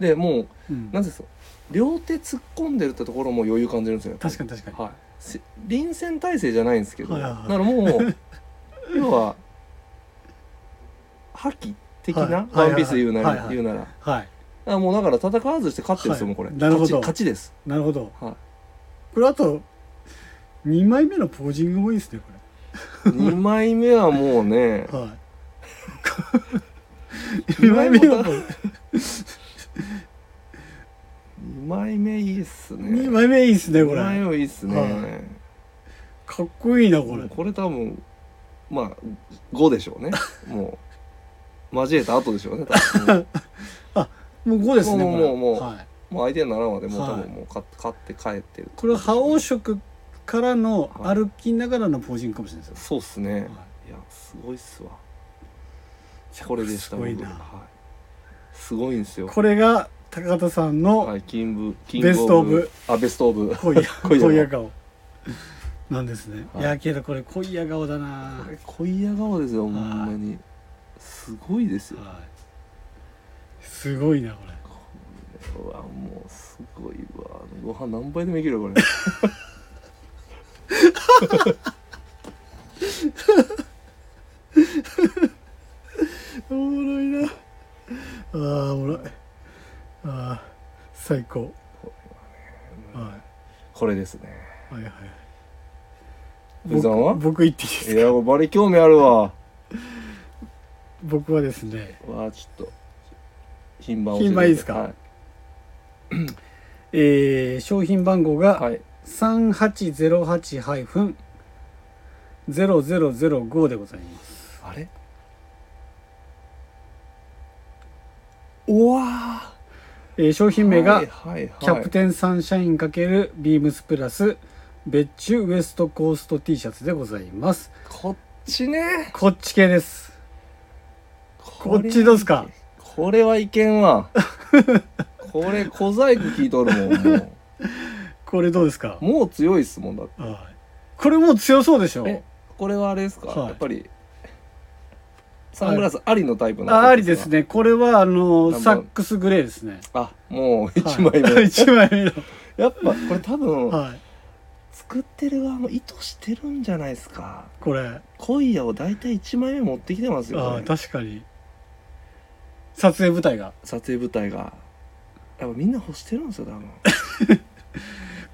B: でもう
A: うん
B: なんですか両手突っ込んでるってところも余裕感じるんですよやっぱり
A: 確かに確かに
B: はいせ臨戦態勢じゃないんですけど、
A: はいはいはい
B: だからもう 要は破棄的な、
A: はいはいはいはい
B: ワンピースで言うなら、
A: はいはい
B: 言うならだか
A: はい
B: らもうだから戦わずして勝ってるんですよ、
A: はい
B: もうこれ
A: なるほど
B: 勝ち勝ちです、
A: なるほど
B: は
A: これあと2枚目のポージングもいいですねこ
B: い、2枚目はもうね
A: れ はい2枚目のポー
B: 2枚目いいっすね
A: 2枚目いいですねこ
B: 二枚
A: れ
B: 目いいっすね、
A: はかっこいいなこ
B: もう
A: れ
B: これ多分まあ5でし ょうねもう交えた後でしょうね多分
A: もう5ですね
B: もう
A: これ
B: もうもう
A: はい、
B: もう相手にならんまでもう多
A: は
B: 分
A: い
B: もう勝勝って帰ってる
A: これは覇王色からの歩きながらのポージングかもしれないですよ
B: そうっすね、
A: はい
B: い、やすごいっすわこれでし
A: す
B: た
A: ごいな
B: 僕はい、すごいんですよ
A: これが高田さんの、
B: はいキングキン
A: ベストオブ
B: あベストオブ
A: 濃 い
B: 濃いじゃ
A: 濃
B: ない
A: いや顔なんですね、
B: はい
A: い、やけどこれ濃いや顔だ
B: こ
A: な
B: れ恋や顔ですよほんまにすごいですよ
A: はいすごいなこれ
B: うわもうすごいわご飯何杯でもいける よこれ
A: おもろいなあーおもろいあー最高は
B: これですね
A: いはいはい
B: 藤さんは
A: 僕僕言っていいです
B: い
A: か
B: やバリ興味あるわ
A: 僕はですね
B: わあちょっと品番
A: 品番いいですか
B: はい、
A: えー商品番号が、
B: はい、
A: 3808-0005でございます。
B: あれおわ
A: えー商
B: ー
A: 品名が、
B: はいはいはい、
A: キャプテンサンシャイン×ビームスプラス別注ウエストコースト T シャツでございます。
B: こっちね
A: こっち系です。こっちどうすか
B: これはいけんわ これ小細工聞いとるもんも
A: これどうですか
B: うもう強いっすもんだって
A: はいこれもう強そうでしょ
B: えこれはあれですか、
A: はい
B: やっぱりサングラスありのタイプ
A: あ
B: な
A: あ
B: ん
A: りですね。これは、あの
B: 多分
A: サックスグレーですね。
B: あもう一枚目、
A: はい一枚目の。
B: やっぱこれ多分、
A: はい。
B: 作ってる側も意図してるんじゃないですか
A: これ。あ
B: 恋やを大体1枚目持ってきてますよこ
A: あ
B: れ
A: ー、確かに。撮影舞台が。
B: 撮影舞台がやっぱみんな欲してるんですよ多分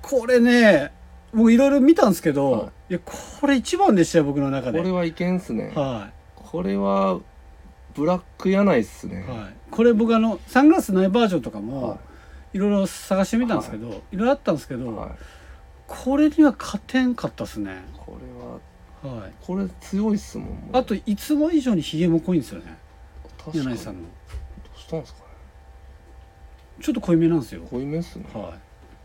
A: これねもういろいろ見たんですけど、
B: はい
A: い、やこれ一番でしたよ僕の中で
B: これはいけんっすね、
A: は
B: これはブラックやないっすね
A: い、、はい、これ僕あのサングラスないバージョンとか
B: は
A: もいろいろ探してみたんですけど、い、ろいろあったんですけ
B: い
A: ど、
B: はい
A: これには勝てんかったっすね
B: これは
A: はい
B: これ強いっすもんもう
A: あといつも以上にヒゲも濃いんですよね
B: 確かに
A: 柳井さんの
B: どうしたんですかね
A: ちょっと濃いめなんですよ
B: 濃いめっすね
A: はい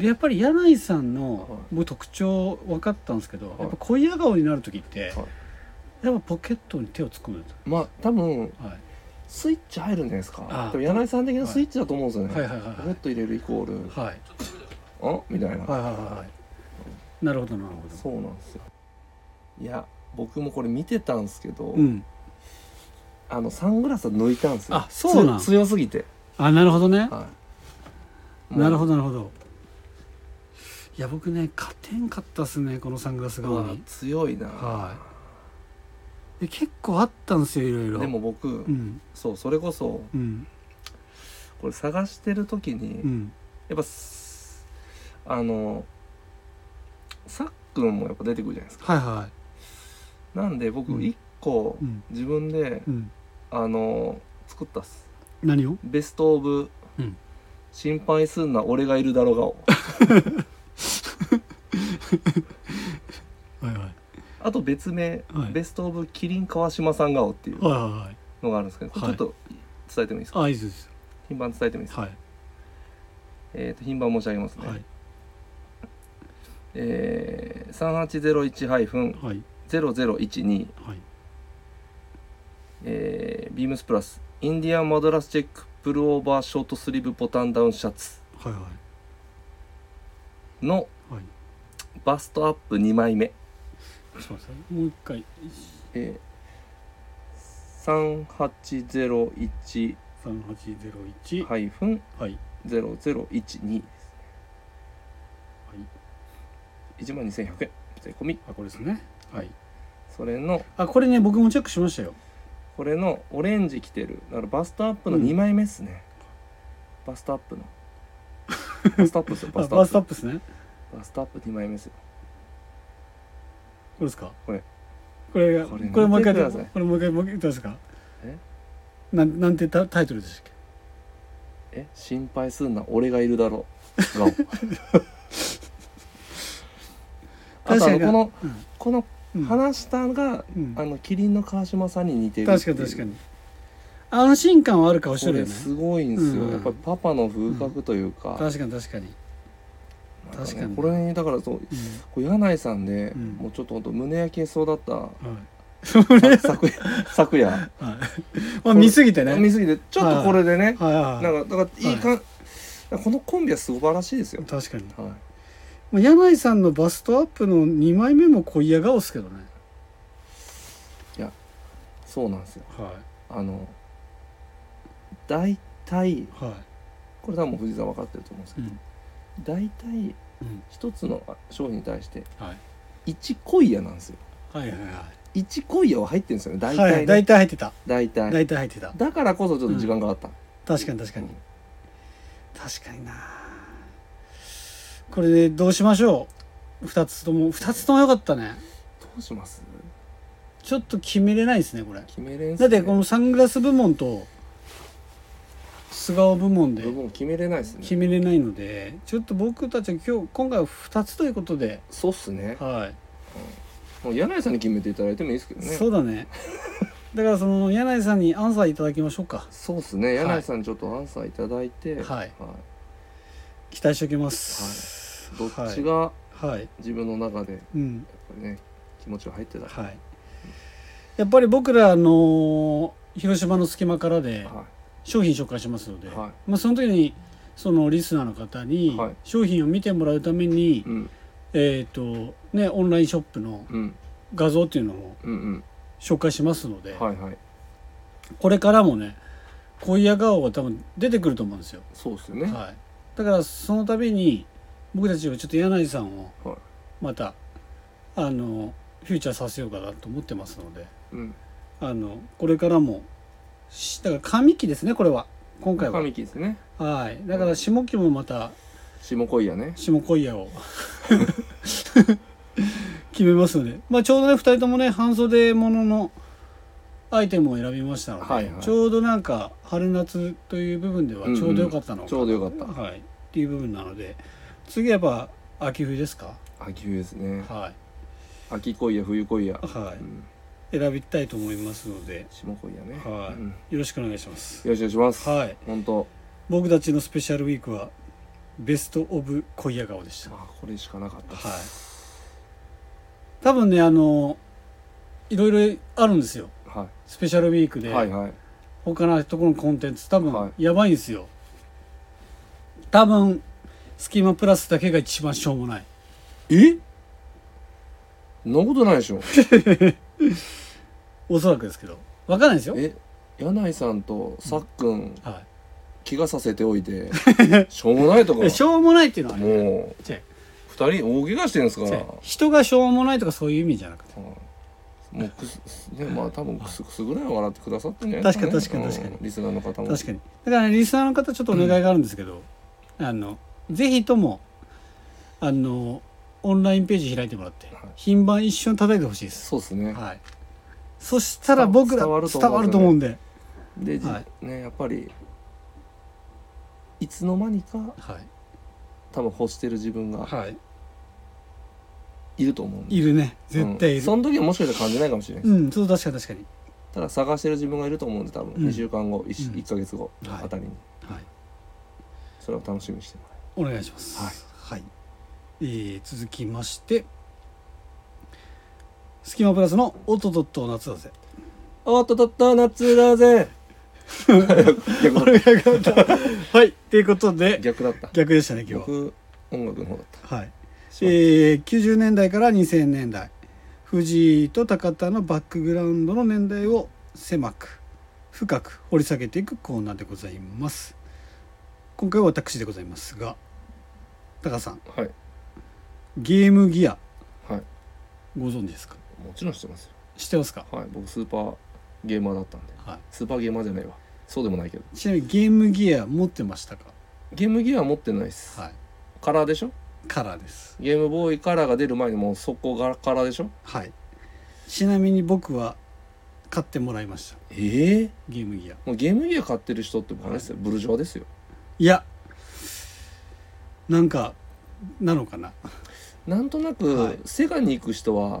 A: でやっぱり柳井さん
B: はい
A: の僕特徴分かったんですけど、
B: い
A: やっぱ濃い笑顔になる時って、
B: はい
A: やっぱポケットに手を突っ込むんです
B: まあ多分
A: はい
B: スイッチ入るんじゃないです
A: あ
B: か
A: あ
B: でも柳井さん的なスイッチだと思うんですよ
A: はい
B: ね
A: はいはい
B: ポケット入れるイコール
A: はい
B: あみたいな
A: はいはいはいはいなるほどなるほど
B: そうなんですよいや僕もこれ見てたんですけど
A: うん
B: あのサングラスは抜いたんですよ
A: あそうなん
B: つ強すぎて
A: あなるほどね
B: はい
A: なるほ
B: ど
A: どなるほどいや僕ね勝てんかったっすねこのサングラス側に
B: 強いな
A: はで結構あったんですよいろいろ
B: でも僕、
A: うん
B: そうそれこそ
A: うん
B: これ探してる時に、
A: うん
B: やっぱすあのさっくんもやっぱ出てくるじゃないですか
A: はいは
B: なんで僕
A: うん
B: 1個
A: いうん
B: 自分で、
A: うん
B: あの作ったっす
A: 何を
B: ベスト・オブ、
A: うん
B: 心配すんな俺がいるだろうが
A: はいはい
B: あと別名、
A: はい
B: ベスト・オブキリン川島さん顔っていう
A: はいはいはい
B: のがあるんですけど、これ
A: はい
B: ちょっと伝えてもいいですか
A: あいいです
B: 品番伝えてもいいですか、
A: はい
B: えー、と品番申し上げますね、
A: はい
B: えー、
A: はい
B: 3801-0012
A: はい
B: えービームスプラスインディアンマドラスチェックプルオーバーショートスリーブボタンダウンシャツ
A: はいはい
B: の
A: はい
B: バストアップ2枚目、
A: そうですねもう一回
B: えー、
A: 三八ゼロ一はい
B: 3801-0012
A: はい
B: 1万2100円税込み
A: あこれですねはい
B: それの
A: あこれね僕もチェックしましたよ
B: これのオレンジ着てるだからバストアップの2枚目っすね、バストアップ のバストアップっすよ
A: あ
B: バストア
A: バ
B: ッ
A: スト
B: プ
A: アップですね
B: バストアップ2枚目っすよ
A: これですか
B: これ
A: これ
B: これ
A: これもう一回
B: 見てください
A: これもう一回もう一回どうですか
B: え
A: なんなんてタタイトルでしたっ
B: え心配すんな俺がいるだろうがあとあ
A: 確か
B: の
A: に
B: この
A: け、
B: この
A: うんうん、
B: 話したが、
A: うん
B: あのキリンの川島さんに似てる
A: 確かに確か
B: に
A: に安心感はある顔して
B: こ
A: るよ
B: れ
A: ね
B: すごいんですよ、
A: うん
B: やっぱりパパの風格というか,、
A: 確かに確かに
B: なん
A: 確かに
B: これにだからそうこう柳井さんで、
A: うん
B: もうちょっと本当胸焼けしそうだっ た
A: うんはい
B: さ昨夜昨夜、
A: はいまあ見すぎてね
B: 見すぎてちょっとこれでね、
A: はいはい
B: な
A: は
B: んかだからいいかん、このコンビは素晴らしいですよ
A: い、確かに
B: はい、
A: まあ柳井さんのバストアップの2枚目も濃いや顔っすけどね
B: そうなんですよ
A: は
B: あの大体
A: いは
B: これ多分藤井さん分かってると思うんです
A: い
B: けど、大体
A: うん
B: 一つの商品に対して
A: はい
B: 1コイヤなんですよ
A: はいはいは
B: 1コイヤは入ってるんですよね大
A: い
B: 体
A: は
B: ね、
A: い大体入ってた
B: 大体
A: 大体入ってた
B: だからこそちょっと時間がかかっ
A: 確かに確か
B: た、
A: に確かになこれでどうしましょう2つとも2つとも良かったね
B: どうします
A: ちょっと決めれないですねこれ
B: 決めれんす
A: だ
B: ね
A: ってこのサングラス部門と素顔部門で
B: 僕も決めれないです
A: 決
B: ね
A: めれないのでちょっと僕たちは今日今回は2つということで
B: そうっすね
A: はい
B: もう柳井さんに決めていただいてもいいですけどね
A: そうだねだからその柳井さんにアンサーいただきましょうか
B: そうっすね
A: はい
B: 柳井さんにちょっとアンサーいただいて
A: はい
B: はい
A: 期待しておきます
B: どっち
A: は
B: が
A: い、はい、
B: 自分の中でやっ
A: うん
B: ぱりね気持ちが入ってたか
A: はいやっぱり僕らあの広島の隙間からで
B: は
A: 商品紹介しますので、
B: は
A: まあ、その時にそのリスナーの方に
B: はい
A: 商品を見てもらうために、
B: いうん
A: えっ、とねオンラインショップの
B: うん
A: 画像っていうのを
B: うんうん
A: 紹介しますので、
B: はいはい
A: これからもねこういう顔が多分出てくると思うんですよ、
B: そうっすよね
A: はい、だからその度に僕たちはちょっと柳井さんを
B: はい
A: またあのフューチャーさせようかなと思ってますので
B: うん
A: あのこれからもしだから上期ですねこれは今回は
B: 神木ですね
A: はいだから下期もまた
B: 下恋やね
A: 下今夜を決めますので、まあ、ちょうどね2人ともね半袖もののアイテムを選びましたので、
B: はいはい
A: ちょうどなんか春夏という部分ではちょうど良かったの
B: ちょうどよかっ
A: はい、っていう部分なので次はやっぱ秋冬ですか
B: た秋冬ですね
A: は
B: 秋恋や冬恋や
A: い、は
B: うん
A: い、選びたいと思いますので
B: 下恋やね
A: はい
B: うんよ
A: よろしくお願いします
B: ろしくお願いします
A: はい
B: 本当
A: 僕たちのスペシャルウィークはベスト・オブ・恋や顔でした
B: あこれしかなかったっす
A: はい多分ねあのいろいろあるんですよ
B: は
A: スペシャルウィーク
B: い
A: で、
B: はいはい
A: 他のところのコンテンツ多
B: はい
A: 分やばいんですよ、多分スキマプラスだけが一番しょうもない
B: えそんなことないでしょ
A: おそらくですけどわかんないですよ
B: え柳井さんとさっくん
A: は
B: 気がさせてお いてしょうもないとか
A: い、えしょうもないっていうのはね
B: もう
A: 違う
B: 二人大怪我してるんですから
A: 違う人がしょうもないとかそういう意味じゃなくて
B: うんもうくすねまあ多分くすくすぐらいは笑ってくださってね
A: 確かに確かに確かに
B: リスナーの方も
A: 確かにだから、ね、リスナーの方ちょっとお願いがあるんですけど、あのぜひともあのオンラインページ開いてもらって、
B: はい
A: 品番一瞬叩いてほしいです、
B: そうですね、
A: はい、そしたら僕ら
B: 伝
A: 伝
B: わ
A: わ
B: ると思うんですよね
A: ると思うんで、
B: で、じ
A: は
B: ねやっぱりいつの間にか
A: はい
B: 多分欲してる自分が
A: はい、
B: いると思うんで
A: いるね絶対い
B: うん
A: る、
B: その時はもしかしたら感じないかもしれないです、
A: うん、そう確かに確かに。
B: ただ探してる自分がいると思うんで多分
A: うん
B: 2週間後 1,、
A: うん
B: 一ヶ月後
A: はい
B: あたりに、
A: はい。
B: それを楽しみにしてもら
A: お願いします。はい。えー続きまして、スキマプラスのオトトット夏だ ぜ。
B: えおっとっとっと夏だぜ逆だ
A: はい。ということで、
B: 逆だった
A: 逆でしたね、今日は。
B: 僕音楽の方だった
A: はい。えー90年代から2000年代、藤井と高田のバックグラウンドの年代を狭く、深く掘り下げていくコーナーでございます。今回は私でございますが、高田さん、
B: はい
A: ゲームギア、
B: はい
A: ご存知ですか
B: もちろんしてますよ
A: 知ってますか、
B: はい僕スーパーゲーマーだったんで
A: は
B: スーパーゲーマーじゃないわそうでもないけど
A: い、ちなみにゲームギア持ってましたか
B: ゲームギアは持ってないっす、
A: はい
B: カラーでしょ
A: カラーです
B: ゲームボーイカラーが出る前にもうそこがカラーでしょ
A: はいちなみに僕は買ってもらいました
B: ええ
A: ゲームギア
B: もうゲームギア買ってる人ってもうあれですよブルジョアですよ
A: いやなんかなのかな
B: なんとな
A: はい
B: くセガに行く人は
A: は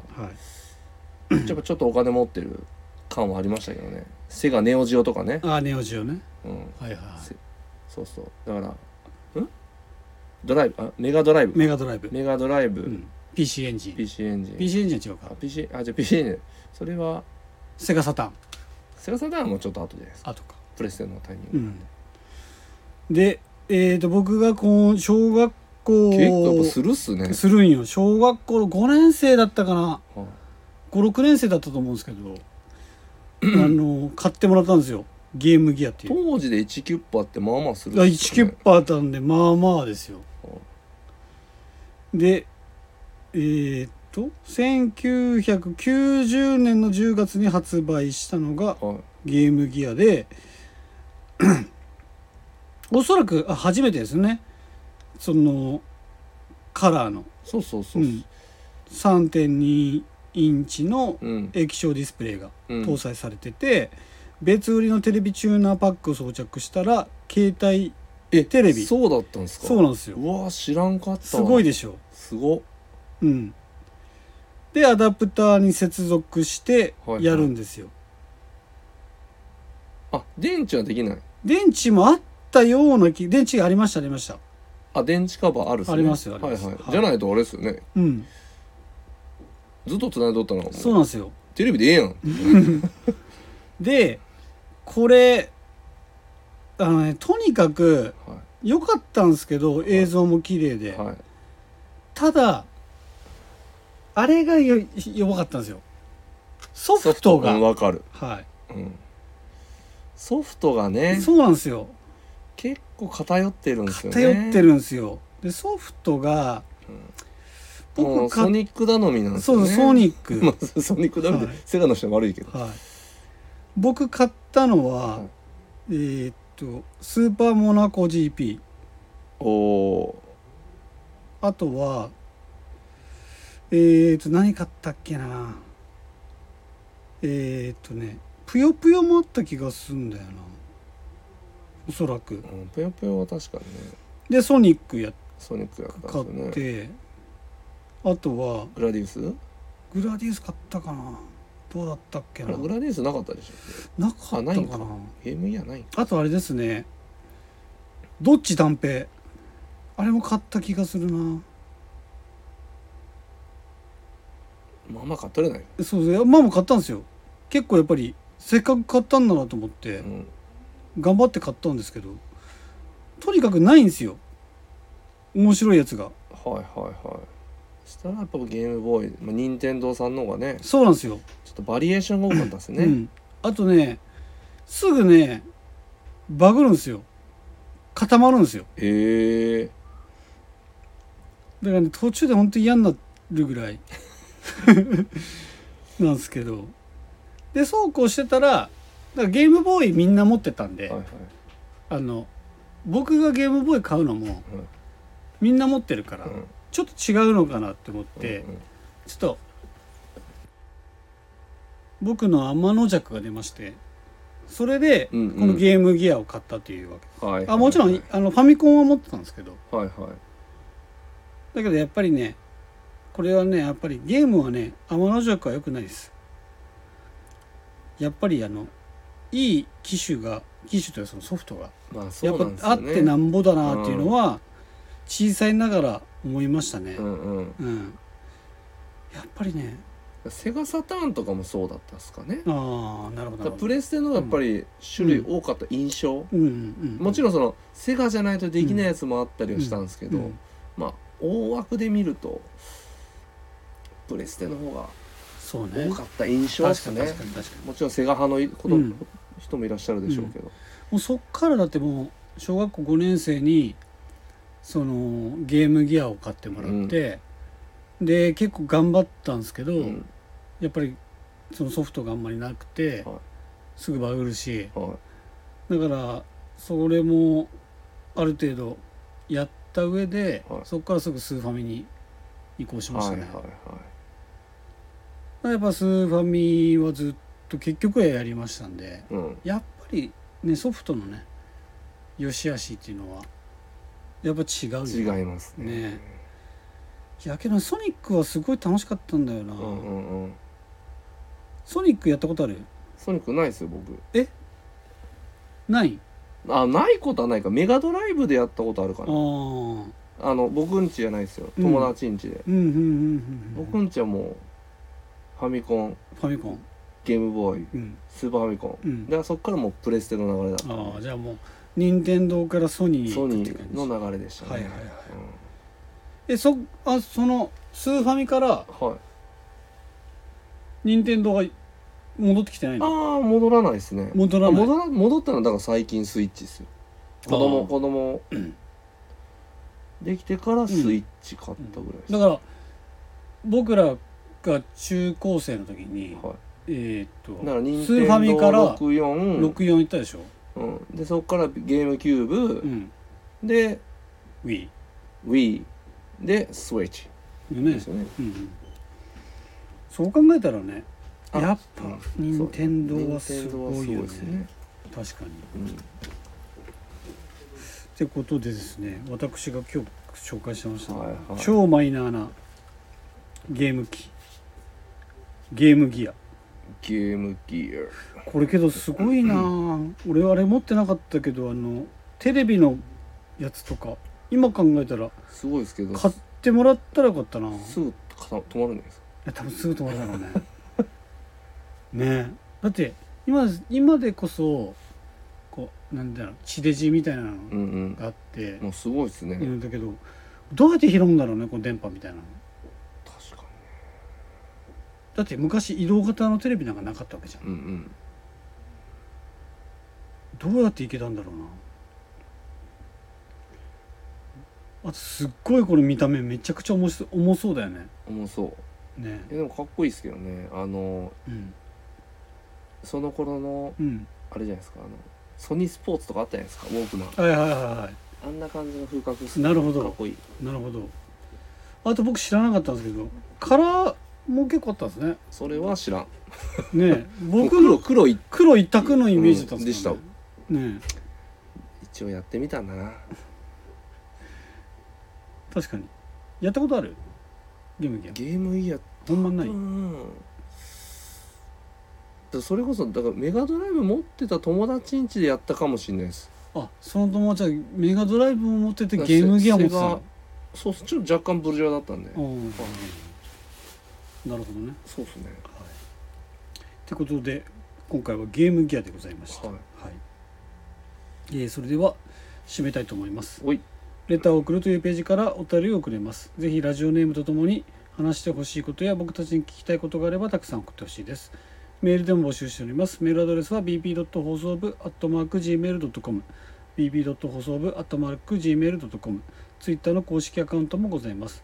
A: い
B: やっぱちょっとお金持ってる感はありましたけどねセガネオジオとかね
A: ああネオジオね
B: うん
A: はいはいはい
B: せそうそうだからんドライブあメガドライブ
A: メガドライブ、
B: メガドライブ、
A: うん PC エンジン
B: PC エンジン
A: PC エンジンは違う
B: あ
A: か
B: PC あじゃあ PC ねそれは
A: セガサターン
B: セガサターンはもうちょっと後じゃないですか
A: あとか
B: プレステのタイミン
A: う
B: グ、
A: んでえっ、と僕がこう小学校
B: 結構やっぱするっすね、
A: するんよ小学校の5年生だったかな
B: はい
A: 56年生だったと思うんですけ どあの買ってもらったんですよゲームギアっていう
B: 当時で1キュッパーってまあまあするっすね
A: 1キュッパーあったんでまあまあですよでえーっと1990年の10月に発売したのが
B: はい
A: ゲームギアで おそらくあ初めてですねそのカラーの
B: そうそうそうう、
A: ん、3.2インチの
B: うん
A: 液晶ディスプレイが
B: うん
A: 搭載されてて、別売りのテレビチューナーパックを装着したら携帯
B: え
A: テレビ
B: そうだったんですか
A: そうなんですよ
B: うわー知らんかったわ
A: すごいでしょ
B: すごっ
A: うんでアダプターに接続して
B: はいはい
A: やるんですよ、
B: あ電池はできない
A: 電池もあったような気電池がありましたありました
B: あ電池カバーあるっすね
A: ありますよあり
B: はい
A: ます
B: はい、
A: はい
B: じゃないとあれですよね
A: うん
B: ずっと繋いどったの
A: そうなんですよ
B: テレビでええやん
A: でこれあのねとにかく
B: は
A: 良かったんですけど映像も綺麗
B: い、
A: で、
B: はい、
A: ただあれがよ弱かったんですよソフトが
B: うんわかる、
A: は
B: うん、ソフトがね
A: いそうなんですよ
B: 結構偏ってるんですよね
A: 偏ってるんですよでソフトが
B: もう
A: 僕
B: ソ
A: か
B: ニック頼みなんです
A: そ
B: よね
A: うソニック、
B: まあ、ソニック頼みで、
A: はい
B: セガの人は悪いけど、
A: はい、僕買ったのは、
B: はい
A: えーっとスーパーモナコ GP
B: おお
A: あとはえーっと何買ったっけなえーっとねぷよぷよもあった気がするんだよなおそらく
B: ー、うん、ぷよぷよは確かにね
A: でソニックや
B: ソニックやった
A: 買っ
B: んですよね
A: てあとは
B: グラディウスあ
A: グラディウス買ったかなどうだったっけな
B: れグラディウスなかったでしょ
A: なか
B: あ
A: っ
B: な
A: た
B: いん
A: か
B: か
A: な
B: ゲームやないんか
A: あとあれですねどっち断平あれも買った気がするな
B: まあまあ買っとるない、
A: そうですねまあもう買ったんですよ結構やっぱりせっかく買ったんだなと思って、
B: うん、
A: 頑張って買ったんですけどとにかくないんですよ面白いやつが
B: はいはいはいしたらやっぱゲームボーイ、まあ、任天堂さんの方がね
A: そうなんですよ、
B: ちょっとバリエーションが多かったですね、
A: うん、あとねすぐねバグるんですよ固まるんですよ
B: へえ
A: だからね途中で本当に嫌になるぐらい なんですけどでそうこうしてたらだからゲームボーイみんな持ってたんで、
B: はいはい
A: あの僕がゲームボーイ買うのも
B: うん
A: みんな持ってるから、
B: うん
A: ちょっと違うのかなって思って、
B: うんうん
A: ちょっと僕の天の弱が出ましてそれでこ
B: うんうん
A: のゲームギアを買ったというわけ、
B: はい
A: あもちろ
B: は
A: ん
B: い
A: あのファミコンは持ってたんですけど
B: はい
A: だけどやっぱりねこれはねやっぱりゲームはね天の弱は良くないですやっぱりあのいい機種が機種というかそのソフトが
B: まあそ
A: やっ
B: うなんです
A: ぱあ
B: よ
A: っ
B: ね
A: てなんぼだなっていうのは小さいながら思いましたね
B: うんうん
A: うん、やっぱりね
B: セガサターンとかもそうだったですかね
A: ああなるほどなるほど
B: プレステのやっぱり種類多かった印象、
A: うんうんうん、
B: もちろんそのセガじゃないとできないやつもあったりはしたんですけど、
A: うん
B: まあ大枠で見るとプレステの方が
A: そうね
B: 多かった印象で
A: 確
B: す
A: かに
B: ね
A: 確かに確かに
B: もちろんセガ派のこと、
A: うん
B: 人もいらっしゃるでしょうけど、
A: もうそっからだってもう小学校5年生にそのゲームギアを買ってもらって、で結構頑張ったんですけど、
B: うん
A: やっぱりそのソフトがあんまりなくて、
B: はい
A: すぐバグるし
B: はい
A: だからそれもある程度やった上で、
B: はい
A: そっからすぐスーファミに移行しまし
B: は
A: た
B: い
A: ね、
B: はいはい
A: やっぱスーファミはずっと結局はやりましたんで
B: うん
A: やっぱりねソフトのね良し悪しっていうのはやっぱ違うよ
B: 違いますね
A: ねいやけどねソニックはすごい楽しかったんだよな、
B: うんうんうん
A: ソニックやったことある
B: ソニックないですよ僕
A: ない
B: あないことはないかメガドライブでやったことあるか
A: ああ
B: な
A: うん
B: あの僕んちじゃないですよ
A: うん
B: 友達んちで、
A: うんうんうん
B: 僕んちはもうファミコン
A: ファミコン
B: ゲームボーイ
A: うん
B: スーパーファミコン、
A: うん
B: でそっからもうプレステの流れだった
A: ああじゃあもう任天堂からソニーに行
B: ソ
A: くっ
B: ニ
A: て感
B: ー
A: じ
B: の流れでしたね
A: はいはいはいえそあそのスーファミから
B: うんはい
A: 任天堂が戻ってきてないの
B: ああ戻らないですね
A: 戻らない
B: あ戻ら戻ったのはだから最近スイッチですよ子
A: あ
B: 供
A: ー
B: 子供できてからスイッチ買ったぐらいです、
A: だから僕らが中高生の時に、
B: はい、
A: えーっと
B: だから任
A: スーファミ
B: 天
A: か
B: 堂
A: ら
B: 64、
A: 64行ったでしょ、
B: うん、でそっからゲームキューブ
A: う、ん、
B: で
A: Wii
B: Wii でスイッチ
A: ね
B: ですよね
A: うんうん、そう考えたらね
B: あ
A: やっぱ
B: うん
A: 任天堂は
B: そう
A: すごい
B: 任天
A: よ
B: 堂
A: ね
B: はす
A: 確
B: ごで
A: かに。
B: うん
A: ってことでですね私が今日紹介してました、
B: はいはい
A: 超マイナーなゲーム機ゲームギア
B: ゲームギア
A: これけどすごいなあ、俺あれ持ってなかったけどあのテレビのやつとか今考えたら
B: すごいですけど
A: 買ってもらったらよかったな
B: すぐ固ま止まるんです
A: いや多分すぐ止まるだろうね ねえだって今今でこそこうなんだろう地デジみたいなの
B: うんうん
A: があって、
B: もうすごいですね、
A: いるんだけどどうやって拾うんだろうねこの電波みたいなの
B: 確か
A: だって昔移動型のテレビなんかなかったわけじゃん
B: にうんうん
A: どうやっていけたんだろうなあとすっごいこれ見た目めちゃくちゃ重し重そうだよね
B: 重そう
A: ね
B: いやでもかっこいいですけどねあの
A: うん
B: その頃の
A: うん
B: あれじゃないですかあのソニースポーツとかあったじゃないですかウォークマン
A: はいはいはいは
B: あんな感じの風格っすね
A: なるほど
B: かっこいい
A: いなるほどあと僕知らなかったんですけどカラーも結構あったんですね
B: それは知らん
A: ねえ僕
B: もう
A: の
B: 黒黒い
A: 黒一択のイメージだったんです
B: う
A: か
B: んで
A: ねね
B: 一応やってみたんだな
A: え確かにやったことあるゲームゲーム
B: ゲームイヤー
A: ほんまない、
B: うんだからそれこそだからメガドライブ持ってた友達ん家でやったかもしれないです
A: あその友達はメガドライブを持っててゲームギア持ってた
B: セガ
A: の
B: そうちょっと若干ブルジョアだったんで
A: うんなるほどね。
B: そうですね
A: はい。ってことで今回はゲームギアでございました。
B: はい
A: はい。えーそれでは締めたいと思います。
B: おい
A: レターを送るというページからお便りを送れます。ぜひラジオネームとともに話してほしいことや僕たちに聞きたいことがあればたくさん送ってほしいです。メールでも募集しております。メールアドレスは bp. 放送部 .gmail.com bp. 放送部 .gmail.com ツイッターの公式アカウントもございます。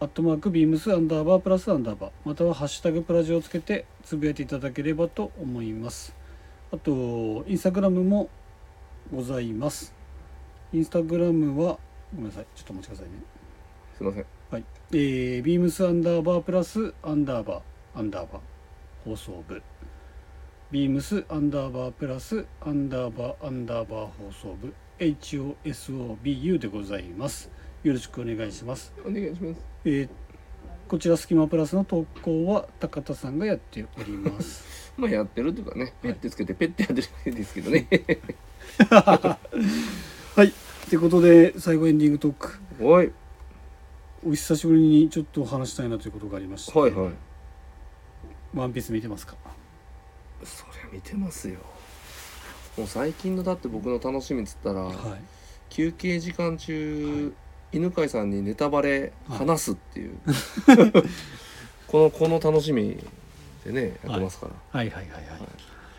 A: アットマークビームスアンダーバープラスアンダーバーまたはハッシュタグプラジオをつけてつぶやいていただければと思います。あと、インスタグラムもございます。インスタグラムは、ごめんなさい、ちょっとお待ちくださいね。
B: すいません
A: はい。えー、ビームスアンダーバープラスアンダーバー、アンダーバー、放送部。ビームスアンダーバープラスアンダーバーアンダーバー放送部、HOSOBU でございます。よろしくお願いします。
B: お願いします
A: えー、こちら、スキマプラスの投稿は高田さんがやっております。
B: まあやってるというかねペッてつけてペッてやってるだけですけどね
A: はい。ってことで、最後エンディングトーク。
B: おい
A: お久しぶりにちょっと話したいなということがありまして、
B: はいはい
A: ワンピース見てますか
B: そりゃ見てますよもう最近のだって僕の楽しみっつったら、
A: はい。
B: 休憩時間中、犬飼さんにネタバレ
A: はい
B: 話すって いう、このこの楽しみでねやってますから、
A: はいはいは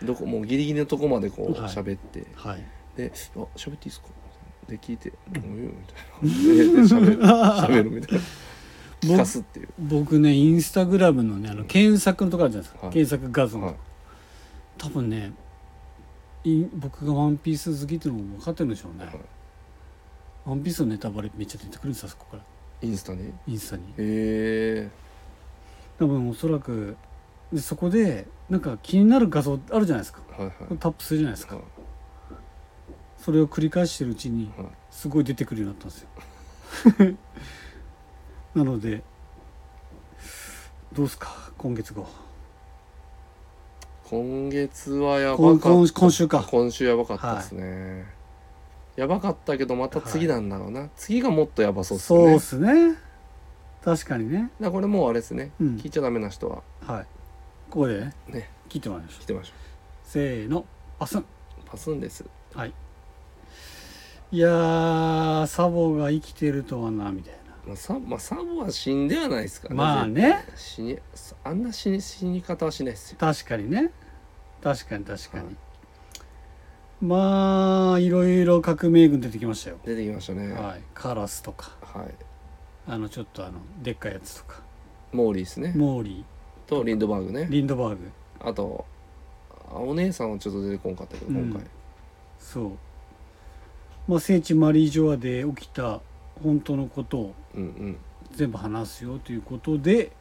A: い
B: どこもうギリギリのとこまでこう
A: はい
B: 喋って、
A: はいはい
B: で「あ喋っていいですか?」で聞いて「うんうん」みたいなでで喋る喋るみ たいな聞かすっていう、
A: 僕ねインスタグラムのねあの検索のとこあるじゃないですか、
B: はい
A: 検索画像の、
B: はい、
A: 多分ねい僕が「ワンピース好きっていうのも分かってるんでしょうね、
B: はい
A: ワンピースのネタバレめっちゃ出てくるんですあそこから
B: インスタに
A: インスタに
B: へえ
A: 多分おそらくでそこでなんか気になる画像あるじゃないですか
B: はいはい
A: タップするじゃないですか
B: はい
A: それを繰り返してるうちに
B: はい
A: すごい出てくるようになったんですよ なのでどうすか今月号
B: 今月はやばか
A: 今
B: った
A: 今今週か
B: 今週やばかったですね、やばかったけどまた次なんだろうな、次がもっとやばそうです
A: そう
B: ね
A: っすね確かにね
B: だからこれもうあれですね、
A: うん
B: 聞いちゃダメな人は
A: はいここでね
B: ね
A: 切ってもらいましょ
B: 来
A: う
B: てましょ
A: せーのパスン
B: うパスンです
A: はいいやーサボが生きてるとはなみたい
B: まあサ,、まあ、サボは死んではないですから
A: なまあね
B: 死にあんな死に死に方はしないですよ
A: 確かにね確かに確かに、
B: はい
A: まあいろいろ革命軍出てきましたよ、
B: 出てきましたね
A: はい、カラスとか
B: はい
A: あのちょっとあのでっかいやつとか
B: モーリーですね
A: モーリ
B: とリンドバーグね
A: ーリンドバーグ
B: あとあお姉さんはちょっと出てこんかったけど今回、
A: うんそう、まあ、聖地マリージョアで起きた本当のことを
B: うん、うん
A: 全部話すよということで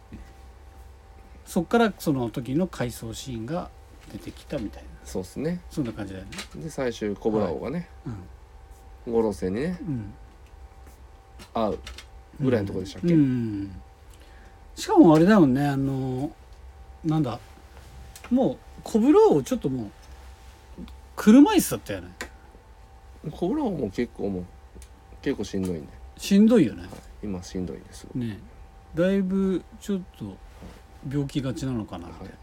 A: そっからその時の回想シーンが出てきたみたいな
B: そうですね
A: そんな感じだよね
B: で最終コブラ王がね、
A: うん
B: 五老星にね
A: うん
B: 会うぐらいのとこでしたっけ、
A: うんしかもあれだよねあのなんだもう小風呂をちょっともう車椅子だったよね
B: コブラ王も結構もう結構しんどいんで、
A: しんどいよね
B: はい、今しんどいんですよ
A: ねだいぶちょっと病気がちなのかなみたい
B: は
A: な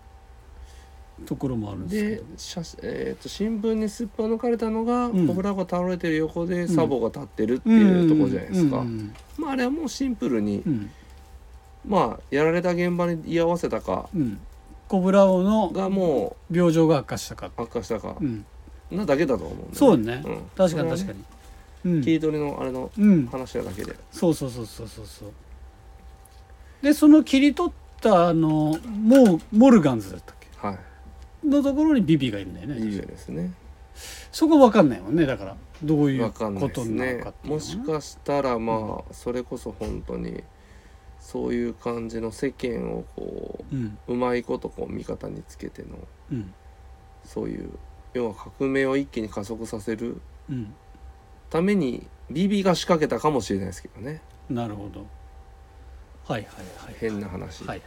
A: ところもあるんですけ
B: で
A: ど
B: 写真えー、と新聞にすっぱ抜かれたのが、
A: うん
B: コブラ王が倒れてる横で
A: ん
B: サボが立ってるっていうところじゃないですか、
A: うんうん
B: まあ、あれはもうシンプルに、
A: うん
B: まあやられた現場に居合わせたか
A: うんコブラ王の
B: がも
A: 病状が悪化したか、
B: う悪化したか
A: うん、
B: なだけだと思うんだよね
A: そうね、
B: うん
A: 確かに確かに、うん
B: それはね切り取りのあれの
A: うん、
B: 話だだけで、
A: そうそうそうそうそうそうでその切り取ったあのもうモルガンズだったっけ
B: は
A: のところにビビがいるんだよ
B: いいい
A: ね
B: よですね
A: そこ分かんないもんねだからどういう
B: わ
A: こ
B: かんないで
A: と
B: す
A: なの
B: ね
A: かっていうのはね
B: もしかしたらまあそれこそ本当にそういう感じの世間をこ
A: うん
B: ううまいことこう味方につけての
A: うん
B: そういう要は革命を一気に加速させる
A: うん
B: ために BB が仕掛けたかもしれないですけどね
A: なるほどはいはいはい
B: 変な話、
A: はい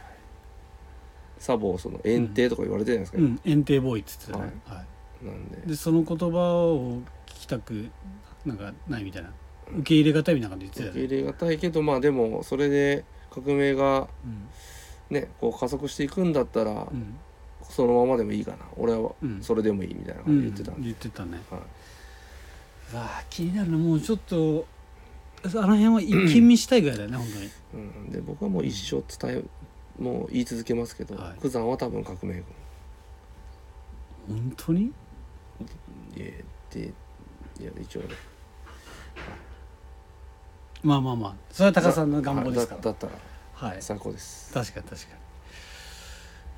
B: サボをその遠征とか言われてるじゃないですか、
A: うん遠征ボーイっつってたね、はい
B: なんで
A: でその言葉を聞きたくなんかないみたいな受け入れがたいみたいな感じで言
B: 受
A: って
B: け
A: たよね、
B: 入れがたいけどまあでもそれで革命が
A: うん
B: ねこう加速していくんだったら、
A: うん
B: そのままでもいいかな俺は
A: うん
B: それでもいいみたいな感じで言ってた
A: うんん
B: で、
A: 言ってたね
B: はいう
A: わあ気になるなもうちょっとあの辺は一気見したいぐらいだよね、本当に
B: うん、で僕はもう一生伝えもう言い続けますけど、
A: はい
B: 九山は多分革命
A: 本当に
B: 軍いやでいや一応ね
A: まあまあまあそれは高さんの願望ですか
B: だ
A: ら
B: だった
A: はい
B: ら最高です、
A: 確かに確かに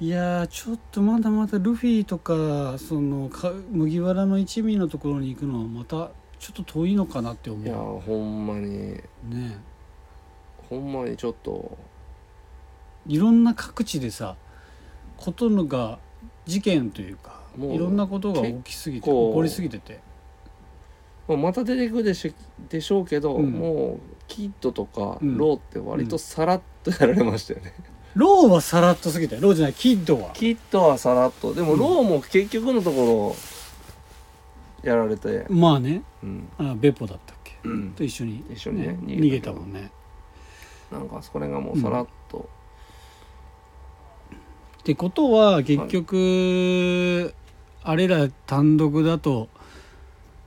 A: いやーちょっとまだまだルフィとかそのか麦わらの一味のところに行くのはまたちょっと遠いのかなって思
B: いや
A: う
B: ほんまに
A: ね
B: ほんまにちょっと
A: いろんな各地でさことのが事件というか
B: もう
A: いろんなことが起きすぎて起
B: 結構
A: こりすぎてて
B: もうまた出てくるでしでしょうけど、
A: うん
B: もうキッドとか
A: うん
B: ローって割とさらっとやられましたよね、
A: ローはさらっとすぎたよローじゃないキッドは
B: キッドはさらっとでも
A: うん
B: ローも結局のところやられて、
A: まあね
B: うん
A: あベポだったっけ
B: うん
A: と一緒に
B: 一緒にね
A: 逃
B: 逃
A: げ
B: げ
A: た
B: た
A: もんね
B: なんかそれがもうさらっと、
A: ってことは結局、あれら単独だと、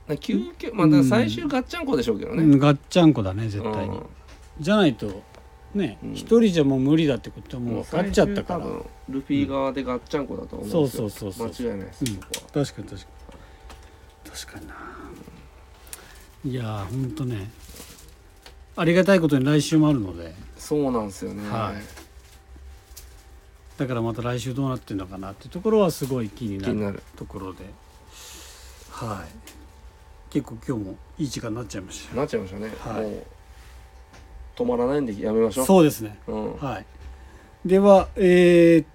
B: なんか究極まあだから最終ガッチャンコでしょうけどね、
A: うんガッチャンコだね絶
B: うん
A: 対に、じゃないとね
B: うん
A: 一、人じゃもう無理だってことはもう分かっちゃったから
B: 最終多分ルフィ側でガッチャンコだと思うんですよ、
A: そうそうそうそう
B: 間違いないです、
A: うん
B: そこは
A: 確かに確かに確かにないやーほんとねありがたいことに来週もあるので
B: そうなんですよね、
A: はいだからまた来週どうなってるのかなっていうところはすごい気にな
B: 気に
A: る
B: なる
A: ところではい結構今日もいい時間になっちゃいました
B: なっちゃいましたね、
A: はい
B: もう止まらないんでやめましょう
A: そうですね
B: う、ん、
A: はい、ではえーっ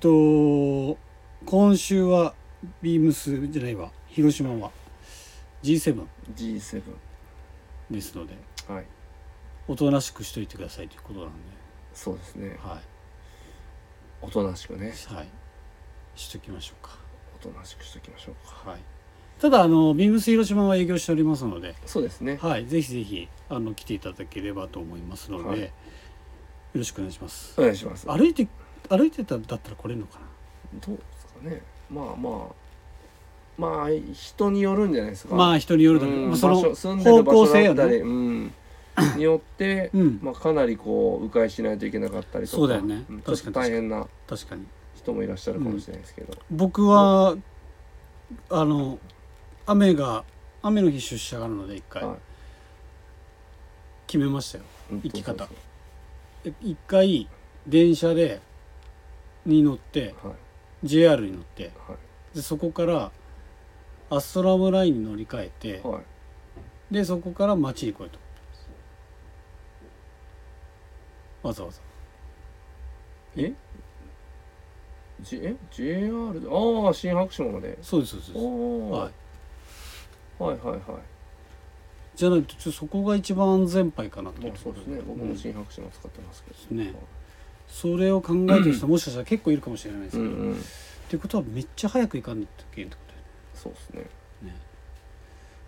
A: と今週はビームスじゃないわ広島は G7
B: G7
A: ですので
B: はい
A: おとなしくしといてくださいということなんで、
B: そうですね
A: は
B: おとなしくね
A: いはい、しときましょう
B: おとなしくしときましょうか
A: か、はい、ただあのビームス広島は営業しておりますので、
B: そうですね
A: はい、ぜひぜひあの来ていただければと思いますので、
B: はい
A: よろしくお願いします
B: お願いしますどう
A: 歩いて歩いてたんだったら来れるのかな
B: ですかねまあまあまあ人によるんじゃないですか
A: まあ人によるだけど、
B: う
A: ま
B: ん
A: あそ
B: 場所
A: の
B: 住んでる
A: 方
B: 場
A: 向
B: 所
A: 性
B: だ
A: よ
B: った
A: ね
B: り、うん、によって、
A: うん
B: まあ、かなりこう迂回しないといけなかったりとか
A: そうだよね
B: んちょっ
A: 確か
B: と
A: に
B: 大変な
A: 確かに
B: 人もいらっしゃるかもしれないですけど、
A: 僕はあの雨が雨の日出社があるので一回
B: はい
A: 決めましたよ生き方
B: そう
A: え一回電車でに乗って
B: そうはい
A: JR に乗って
B: は
A: でそこからアストラムラインに乗り換えて
B: い、はい、
A: でそこから町に来いとわざわざ
B: え、J、え JR でああ新白島まで
A: そうですそう
B: お
A: です
B: お、
A: は
B: はいい、はいはいはい
A: じゃないとちょっとそこが一番安全牌かなってい
B: まあ
A: ところ
B: そうですね僕
A: う
B: も
A: ん
B: 新白島使ってますけど、
A: ねそれを考えてる人もしかしたら結構いるかもしれないです
B: うん
A: けど、
B: うん
A: ってことはめっちゃ早く行かないといけないってことだよね
B: そうですね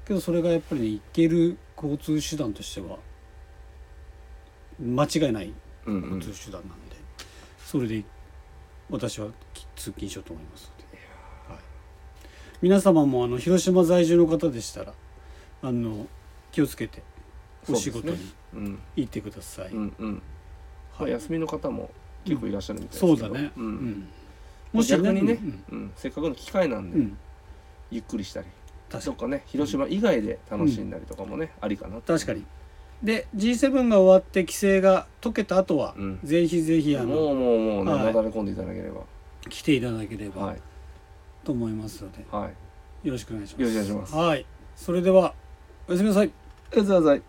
A: けどそれがやっぱりね行ける交通手段としては間違いない
B: うんうん
A: 交通手段なんで、それで私はき通勤しようと思いますので、はい、皆様もあの広島在住の方でしたらあの気をつけてお仕事
B: そうで
A: に
B: すねうん
A: 行ってください、
B: うんうんま
A: は
B: あ
A: い、
B: 休みの方も結構いらっしゃるみたいですけ
A: そ
B: ど
A: うだね、
B: う
A: うんん
B: もし逆にね
A: うん
B: うんせっかくの機会なん
A: う
B: で
A: ん、
B: ゆっくりしたり
A: 確か
B: どっ
A: に
B: かね広島以外で楽しんだりとかもねありかなと
A: 確かにで G7 が終わって規制が解けた後は、
B: うん
A: ぜひぜひあの
B: もうもうもうね
A: はい
B: なだれ込んでいただければ
A: 来ていただけれ
B: は
A: ば
B: い
A: と思いますので、
B: はい
A: よろしくお願いします。
B: よろしくお願いします
A: はい、それではおやすみなさい。
B: えざわざい